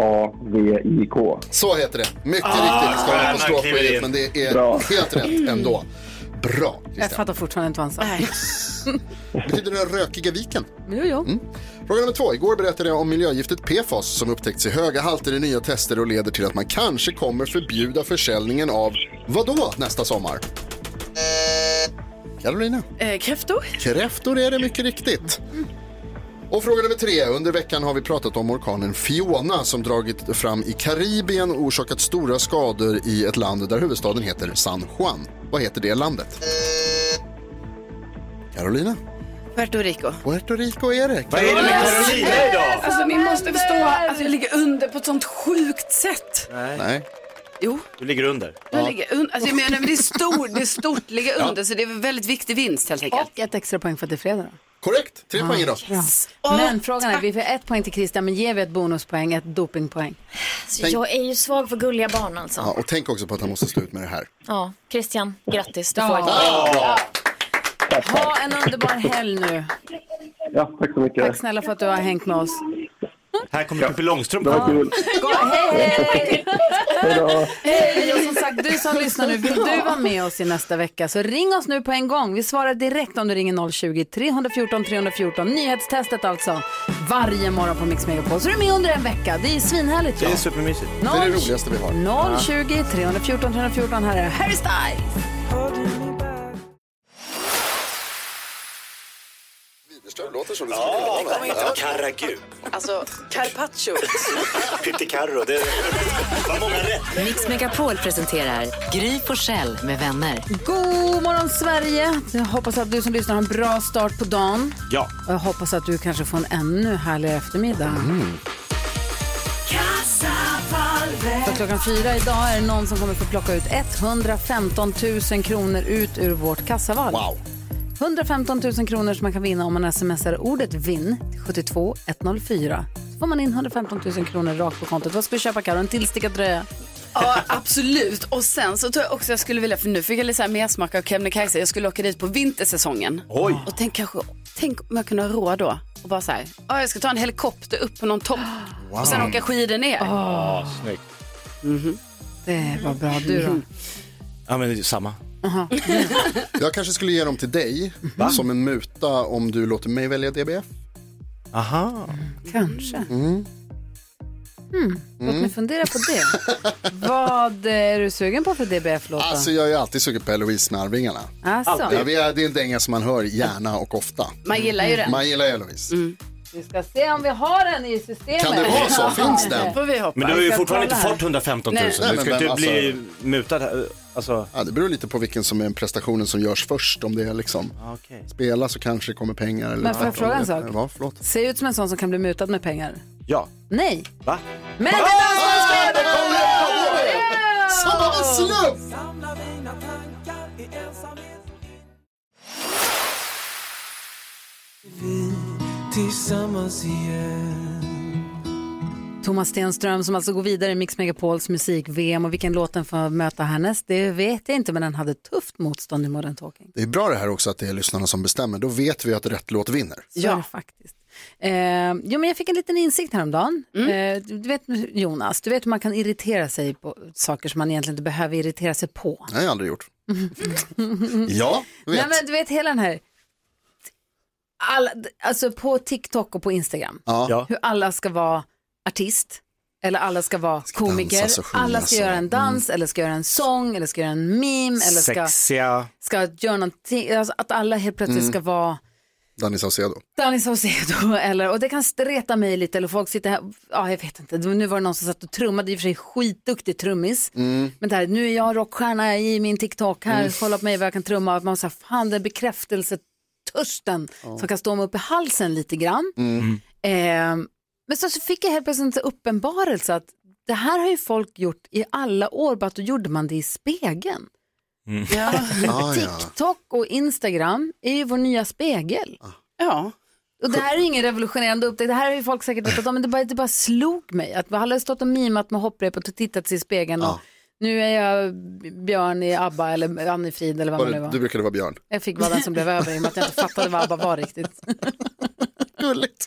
O: R-E-Y-K-J-A-V-I-K.
G: Så heter det. Mycket
O: Ah,
G: riktigt ska det
O: stjärnan
G: på stråkskyddet,
O: kliver in.
G: men det är
O: Bra.
G: helt rätt ändå. Bra.
D: Jag fattar fortfarande inte vad han sa.
G: Betyder den rökiga viken? Mm.
D: Jo, jo.
G: Fråga nummer två. Igår berättade jag om miljögiftet PFAS som upptäckts i höga halter i nya tester och leder till att man kanske kommer förbjuda försäljningen av vadå nästa sommar? Carolina?
H: Eh, kräftor?
G: Kräftor är det mycket riktigt. Och fråga nummer tre. Under veckan har vi pratat om orkanen Fiona som dragit fram i Karibien och orsakat stora skador i ett land där huvudstaden heter San Juan. Vad heter det landet? Carolina?
H: Puerto Rico.
G: Puerto Rico är det.
H: Vad är det med Carolina idag?
Q: Alltså ni måste förstå att jag ligger under på ett sånt sjukt sätt.
G: Nej.
H: Jo.
F: Du ligger under.
H: Jag ligger under. Alltså jag menar, men det är stort, det är stort ligga under så det är en väldigt viktig vinst helt enkelt.
D: Och ett extra poäng för att det är fredag. då.
G: Korrekt, tre poäng idag.
D: Ja. men frågan är, vi får ett poäng till Christian, men ger vi ett bonuspoäng, ett dopingpoäng?
G: Tänk- jag
D: är ju svag för gulliga barn alltså.
G: Ja, och tänk också på att han måste stå ut med det här.
D: Ja, Christian, grattis.
I: du får ett
D: Ha en underbar helg nu.
O: Ja, tack så mycket.
D: Tack snälla för att du har hängt med oss.
F: Här kommer Pippi Långstrump.
O: Det var kul.
D: Gå, hej, hej!
O: Hej då.
D: Hej, och som sagt, du som lyssnar nu, vill du vara med oss i nästa vecka så ring oss nu på en gång. Vi svarar direkt om du ringer 020-314 314. Nyhetstestet alltså, varje morgon på Mix Megapol. Så är du med under en vecka. Det är svinhärligt.
F: Det
D: ja.
F: är supermysigt.
D: Det är det Noll-
G: roligaste vi har.
D: 020 314 314. Här är Harry Styles.
G: Widerström låter som det
F: Ja, Karragu.
H: Alltså, carpaccio.
F: Pyttikarro. Det var många rätt.
E: Mix Megapol presenterar Gry Forssell med vänner.
D: God morgon Sverige! Jag hoppas att du som lyssnar har en bra start på dagen.
F: Ja.
D: Och jag hoppas att du kanske får en ännu härligare eftermiddag.
F: Mm.
D: För klockan fyra idag är det någon som kommer få plocka ut 115 000 kronor ut ur vårt kassavalv. 115 000 kronor som man kan vinna om man smsar ordet vinn till 72104. Så får man in 115 000 kronor rakt på kontot. Vad ska vi köpa Karo? En tillstickad tröja?
H: Ja, absolut. Och sen så tror jag också jag skulle vilja, för nu fick jag lite så här mersmak av Kebnekaise, jag skulle åka dit på vintersäsongen.
F: Oj.
H: Och tänk kanske, tänk om jag kunde ha råd då. Och bara så här, ja jag ska ta en helikopter upp på någon topp och sen åka skidor ner.
F: Ja, snyggt.
H: Mhm.
D: Det var Eh, bra. Du då?
F: Ja, men det är ju samma.
D: Uh-huh.
G: Jag kanske skulle ge dem till dig som en muta om du låter mig välja DBF.
F: Aha.
D: Kanske.
G: Mm.
D: Hmm. Låt mig
G: Mm.
D: fundera på det. Vad eh, är du sugen på för DBF-låt?
G: Alltså jag är ju alltid sugen på Eloise-snarvingarna.
D: Alltså.
G: Ja, vi är- det är en dänga som man hör gärna och ofta.
D: Man gillar ju den. Mm.
G: Man gillar Eloise.
D: Vi ska se om vi har den i systemet.
G: Kan det vara så? Finns den?
D: Får vi hoppas.
F: Men du har ju
D: Jag ska
F: fortfarande
D: kolla
F: inte
D: här.
F: fått 115 000.
D: Nej.
F: Du
G: Nej,
F: ska
G: men
F: ju inte
G: vem,
F: bli mutad. här, Alltså.
G: Ja, det beror lite på vilken som är prestationen som görs först. Om det är liksom
F: Ah,
G: spela så kanske det kommer pengar. Eller
D: Men får jag
G: tvärtom.
D: fråga en sak?
G: Ja, förlåt.
D: Ser ut som en sån som kan bli mutad med pengar.
F: Ja.
D: Nej.
F: Va?
G: Ah!
D: Men det är den som har spelat!
G: Som av en slump!
R: Tillsammans igen
D: Thomas Stenström som alltså går vidare i Mix Megapols musik-VM och vilken låt den får möta härnäst, det vet jag inte men den hade tufft motstånd i Modern Talking.
G: Det är bra det här också att det är lyssnarna som bestämmer. Då vet vi att rätt låt vinner.
D: Så ja. faktiskt. Eh, jo, men jag fick en liten insikt häromdagen.
G: Mm.
D: Eh, du vet, Jonas, du vet hur man kan irritera sig på saker som man egentligen inte behöver irritera sig på.
G: Det har jag aldrig gjort. Ja, jag vet.
D: Mm. Nej, men du vet hela den här, alla, alltså på TikTok och på Instagram,
G: Ja. Ja.
D: hur alla ska vara artist. Eller alla ska vara komiker,
F: dansa och sjunga
D: alla ska
F: så.
D: göra en dans, eller ska göra en sång, eller ska göra en meme, eller ska,
F: Sexiga.
D: ska göra någonting, alltså att alla helt plötsligt
G: Mm.
D: ska vara
G: Danny Saucedo.
D: Danny Saucedo eller, och det kan reta mig lite eller folk sitter här, ja jag vet inte, nu var det någon som satt och trummade, i och för sig skitduktig trummis.
R: Mm.
D: Men det här, nu är jag rockstjärna i min TikTok här,
R: Mm.
D: kolla på mig vad jag kan trumma. Att Man säger, fan den bekräftelsetörsten
R: Ja.
D: som kan stå mig upp i halsen lite grann.
R: Mm.
D: Ehm, men så, så fick jag helt plötsligt en uppenbarelse att det här har ju folk gjort i alla år, bara att då gjorde man det i spegeln.
R: Mm. Ja, ja.
E: Ah.
D: TikTok och Instagram är ju vår nya spegel.
H: Ja.
D: Och det här är ju ingen revolutionerande upptäckt, det här har ju folk säkert vetat om, men det bara, det bara slog mig att alla har stått och mimat med hopprepet och tittat sig i spegeln och nu är jag Björn i ABBA eller Anne Frid eller vad
G: Var
D: man nu
G: det,
D: var.
G: du brukade vara Björn.
D: Jag fick vara den som blev över i och med att jag inte fattade vad ABBA var riktigt.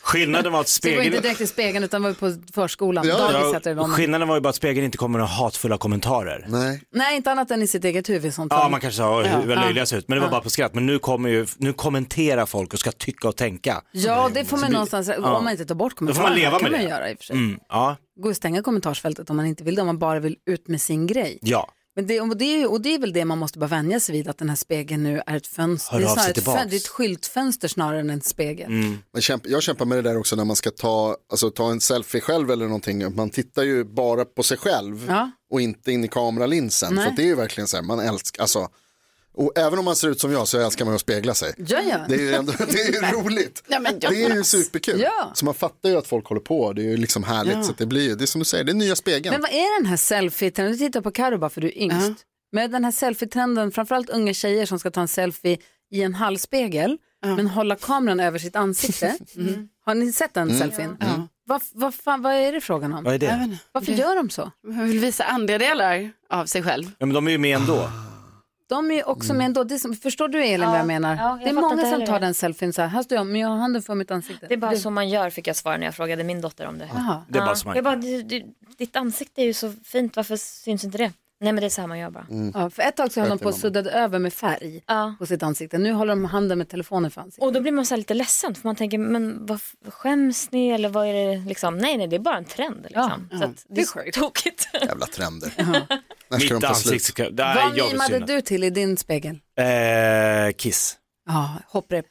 F: Skillnaden var att
D: Så det var inte
F: spegeln...
D: direkt i spegeln utan var på förskolan, dagis
F: Ja,
D: hette det då. men-
F: skillnaden var ju bara att spegeln inte kommer några hatfulla kommentarer.
G: Nej.
D: Nej, inte annat än i sitt eget huvud. Sånt
F: Ja,
D: här.
F: man kanske sa hur vad löjliga jag ser ut, men det var
D: Ja.
F: bara på skratt. Men nu kommer ju, nu kommenterar folk och ska tycka och tänka.
D: Ja, det får man
F: Så vi-
D: någonstans,
F: Ja.
D: om man inte tar bort
F: Då får
D: kommentarerna.
F: man leva med
D: kan
F: det.
D: man göra i och för sig.
F: Mm, ja.
D: Gå och stänga kommentarsfältet om man inte vill det, om man bara vill ut med sin grej.
F: ja.
D: Men det, och, det, är ju- och det är väl det man måste bara vänja sig vid, att den här spegeln nu är ett fönster.
G: Hör
D: det,
G: av
D: är
G: sig
D: snarare ett,
G: tillbaks.
D: fön- det är ett skyltfönster snarare än en spegel.
G: Jag, kämpar, jag kämpar med det där också när man ska ta, alltså, ta en selfie själv eller någonting. Man tittar ju bara på sig själv
D: Ja.
G: och inte in i kameralinsen.
D: Nej.
G: För att det är ju verkligen så här, man älskar, alltså, och även om man ser ut som jag så älskar man ju att spegla sig.
D: Ja, ja.
G: Det är ju ändå, det är ju roligt.
D: Ja, men
G: Det är ju
D: Jonas.
G: superkul.
D: Ja.
G: Så man fattar ju att folk håller på, det är ju liksom härligt.
D: Ja.
G: Så att det blir ju, det är som du säger, det är nya spegeln.
D: Men vad är den här selfie-trenden? Du tittar på Karo bara för du är yngst. Men den här selfie-trenden, framförallt unga tjejer som ska ta en selfie i en halvspegel, men hålla kameran över sitt ansikte.
I: Mm.
D: Har ni sett den
H: Mm.
D: selfien?
H: Ja.
D: Vad, vad, fan, vad är det frågan om?
F: Vad är det?
H: Jag vet inte.
D: Varför gör de så?
H: Man vill visa andra delar av sig själv.
F: Ja, men de är ju med ändå.
D: De är ju också med ändå. Det är som, förstår du Elin
I: Ja.
D: vad jag menar?
I: Ja, jag
D: det är
I: fattar inte
D: många som
I: heller
D: tar
I: det.
D: den selfien så här, här står jag, men jag har handen för mitt ansikte.
I: Det är bara så man gör fick jag svara när jag frågade min dotter om det.
D: Jaha.
F: Det är bara
I: Ja.
F: smart.
I: Jag bara, du, du, ditt ansikte är ju så fint, varför syns inte det? Nej men det är så här man gör bara.
F: Mm.
D: Ja, för ett tag så höll de på och suddade över med färg på sitt ansikte. Nu håller de handen med telefonen för ansiktet.
I: Och då blir man så här lite ledsen för man tänker, men vad f- skäms ni eller vad är det liksom? Nej nej det är bara en trend liksom. Så att, det är så tokigt.
G: Jävla trender. När ska
F: Mitt
G: de ta slut?
F: ansikte. ska- Nej,
D: Vad
F: jag vill
D: mimade
F: synas.
D: du till i din spegel?
F: Eh, kiss.
D: Ja, hopprep.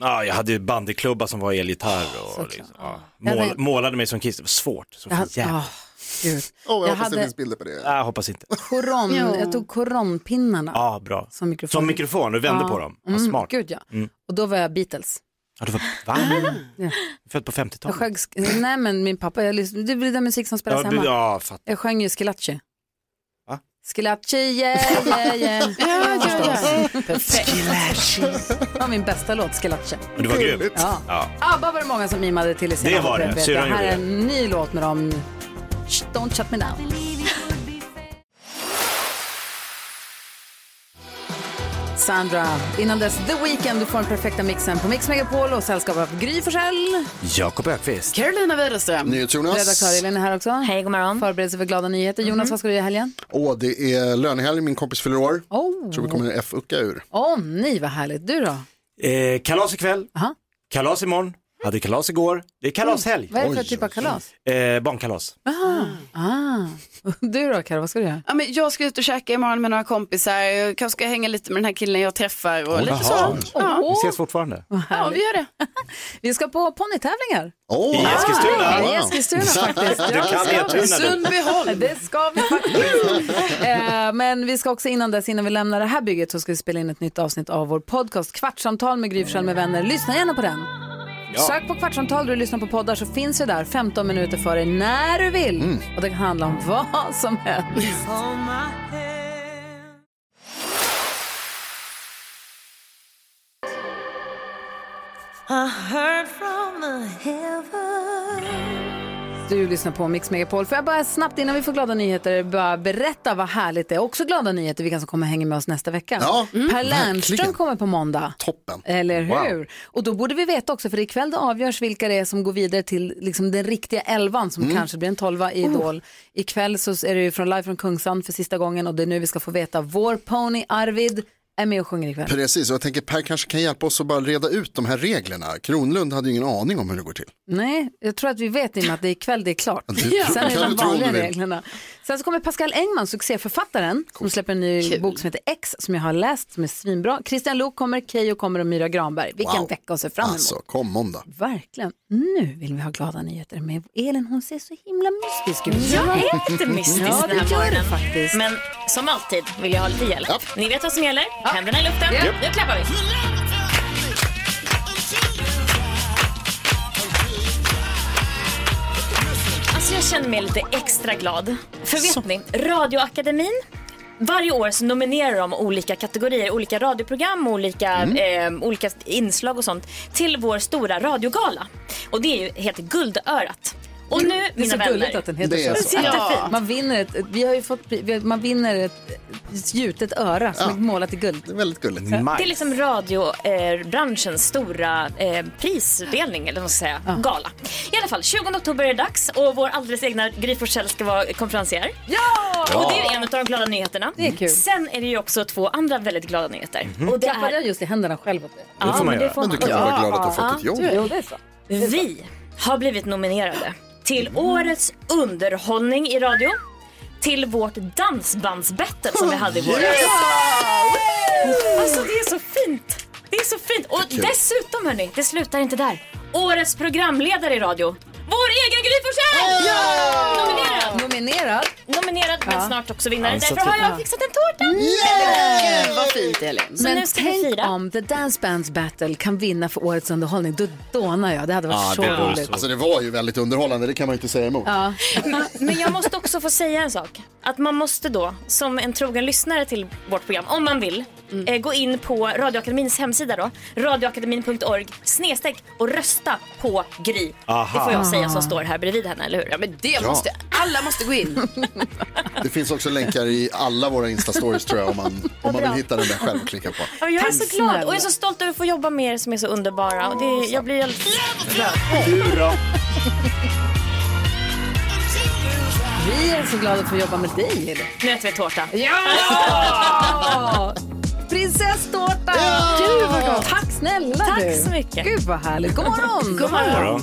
F: Ja, jag hade ju bandyklubba som var elgitarr och liksom, ja.
D: Ah, Jag
F: Mål,
D: vet-
F: målade mig som kiss. Det var svårt. Så
D: Jag hade-
F: jävla-
D: Ah, gud.
G: Åh, jag,
D: Jag
G: hoppas
D: hade-
G: det finns bilder på det.
F: Nej, jag hoppas inte.
D: Koron,
F: Ja.
D: jag tog koronpinnarna.
F: Ja, bra.
D: Som mikrofon.
F: Som mikrofon, och vände på dem. Vad
D: Mm,
F: smart.
D: Gud ja.
F: Mm.
D: Och då var jag Beatles.
F: Ja, du var, va?
D: Ja.
F: Född på
D: Jag
F: 50-talet?
D: sjöng, sk- nej men min pappa, jag lyssnade, det blir den musik som spelas
F: Ja,
D: hemma.
F: ja, fattar.
D: Jag sjöng ju Schillaci.
F: Va?
D: Schillaci, yeah, yeah, yeah.
H: ja, ja.
D: Perfekt. Det var min bästa låt, Schillaci.
F: Men du var grym.
D: Ja.
F: Ja.
D: ABBA var det många som mimade till i sina
F: Det var det.
D: hopprep, vet
F: Syrran
D: jag. Här
F: gjorde
D: är en ny låt med dem. Shh, Don't shut me down. Sandra, innan dess The Weeknd, du får den perfekta mixen på Mix Megapol och sällskap av Gry Forssell.
F: Jakob Ökvist.
H: Carolina Widerström.
D: Redaktör Elin är här också. Hej, god morgon. Mhm. Förberedelse för glada nyheter. Jonas, vad ska du göra i helgen?
G: Åh, det är lönehelg, min kompis fyller år.
D: Oh.
G: Tror vi kommer en F-ucka ur.
D: Åh nej, vad härligt. Du då?
F: Eh, kalas ikväll,
D: Aha.
F: kalas imorgon, hade kalas igår. Det är kalashelg.
D: Vad är det för typ av kalas?
F: Eh, barnkalas.
D: Aha. Ah. Du då, Karo, vad ska du göra?
H: Ja, men jag ska ut och käka imorgon med några kompisar. Jag kanske ska hänga lite med den här killen jag träffar och lite
F: Jaha.
H: sånt. Ja.
F: Vi ses fortfarande.
H: Ja, vi gör det.
D: vi ska på ponnytävlingar.
G: Oh.
F: I Eskilstuna.
D: I Eskilstuna faktiskt.
F: Du kan
D: det ska vi.
F: Eskilstuna, du.
H: Sundbyholm.
D: Det ska vi faktiskt. Eh, Men vi ska också innan dess, innan vi lämnar det här bygget så ska vi spela in ett nytt avsnitt av vår podcast Kvartsamtal med Gry Forssell med vänner. Lyssna gärna på den. Sök på Kvartsamtal där du lyssnar på poddar så finns vi där 15 minuter för dig när du vill.
F: Mm.
D: Och det kan handla om vad som helst.
R: I heard from the heavens.
D: Du lyssnar på Mix Megapol. Får jag bara snabbt innan vi får glada nyheter bara berätta vad härligt det är. Också glada nyheter vilka som kommer hänga med oss nästa vecka. Mm.
G: Ja,
D: per
G: verkligen.
D: Lernström kommer på måndag.
G: Toppen.
D: Eller hur?
G: Wow.
D: Och då borde vi veta också för ikväll då avgörs vilka det är som går vidare till liksom den riktiga elvan som
G: Mm.
D: kanske blir en tolva
G: Oh.
D: i Idol. Ikväll så är det ju från live från Kungsan för sista gången och det är nu vi ska få veta. Vår pony Arvid är med och sjunger ikväll.
G: Precis, och jag tänker Per kanske kan hjälpa oss att bara reda ut de här reglerna. Kronlund hade ju ingen aning om hur det går till.
D: Nej, jag tror att vi vet i och med att det är ikväll, det är klart.
G: Ja, det-
D: Sen är
G: kan
D: det de
G: du tro om
D: vanliga
G: du vill.
D: reglerna. Sen så kommer Pascal Engman, succéförfattaren, som släpper en ny bok som heter X, som jag har läst, som är svinbra. Christian Lok kommer, Keyyo kommer och Myra Granberg. Vilken
G: Wow.
D: vecka att se fram emot.
G: Alltså, kom måndag.
D: Verkligen. Nu vill vi ha glada nyheter med Elin, hon ser så himla mystisk ut.
I: Jag är lite mystisk
D: Ja,
I: den
D: det
I: här
D: gör du
I: morgonen.
D: faktiskt.
I: Men som alltid vill jag ha lite hjälp. Ni vet vad som gäller. Händerna i luften. Nu klappar vi. Alltså jag känner mig lite extra glad. För vet ni, Radioakademin varje år så nominerar de olika kategorier, olika radioprogram, olika, eh, olika inslag och sånt till vår stora radiogala. Och det är ju, heter Guldörat. Och nu,
D: det är
I: mina
D: så
I: vänner.
D: gulligt att den heter
I: Det är
D: så.
I: så. Ja.
D: Man vinner ett, ett- vi har ju fått, pri- vi har- man vinner ett, ett gjutet öra som är målat i guld. Det
G: är väldigt gulligt.
I: Det är liksom radiobranschens stora eh, prisutdelning, eller vad man ska säga, gala. I alla fall, 20 oktober är det dags och vår alldeles egna Gry Forssell ska vara konferencier.
D: Ja!
I: Och det är ju en av de glada nyheterna.
D: Det är kul.
I: Sen är det ju också två andra väldigt glada nyheter.
D: Och det Klappade jag just i händerna själv åt det?
I: Ja, Mm. Det får man men det göra. får man. Ja, ja.
D: Jo, det är så.
I: Vi har blivit nominerade till årets underhållning i radio, till vårt dansbandsbattle som vi hade i våras.
R: Yes!
I: Alltså det är så fint. Det är så fint. Och
R: Kul.
I: dessutom hörni, det slutar inte där. Årets programledare i radio. Vår egen Gry Forssell! Nominerad.
D: Nominerad.
I: Nominerad, men
D: Ja.
I: snart också vinnare.
D: Ja, så
I: Därför har
D: typ-
I: jag fixat en tårta.
D: Yeah!
H: Alltså, Gud vad fint Elin.
I: Så
D: Men
I: nu ska vi
D: tänk
I: fira.
D: om The Dance Bands Battle kan vinna för årets underhållning. Då dånar jag. Ah, Det hade varit så roligt.
G: Alltså det var ju väldigt underhållande, det kan man ju inte säga emot.
D: Ja.
I: Men jag måste också få säga en sak. Att man måste då, som en trogen lyssnare till vårt program, om man vill, eh, gå in på Radioakademins hemsida då, radioakademin.org, snedstreck och rösta på Gry.
G: Aha.
I: Det får jag säga som står här bredvid henne, eller hur? Ja, men det
G: Ja. måste-
I: alla måste gå in.
G: Det finns också länkar i alla våra Insta-stories tror jag om man, om man vill hitta den där själv och klicka på.
I: jag är så glad och jag är så stolt över att få jobba med er som är så underbara. Och det, jag blir alldeles...
D: Vi är så glada att få jobba med dig.
I: Nu äter vi tårta.
D: Ja! Prinsesstårta!
R: Ja!
D: Gud vad gott. Tack snälla
R: Tack
D: du.
R: så mycket.
D: Gud vad härligt. God morgon.
R: God morgon.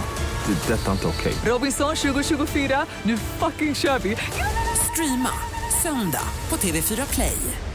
C: Det. är Detta är inte okej.
A: Robinson 2024, nu fucking kör vi! Streama söndag på TV4 Play.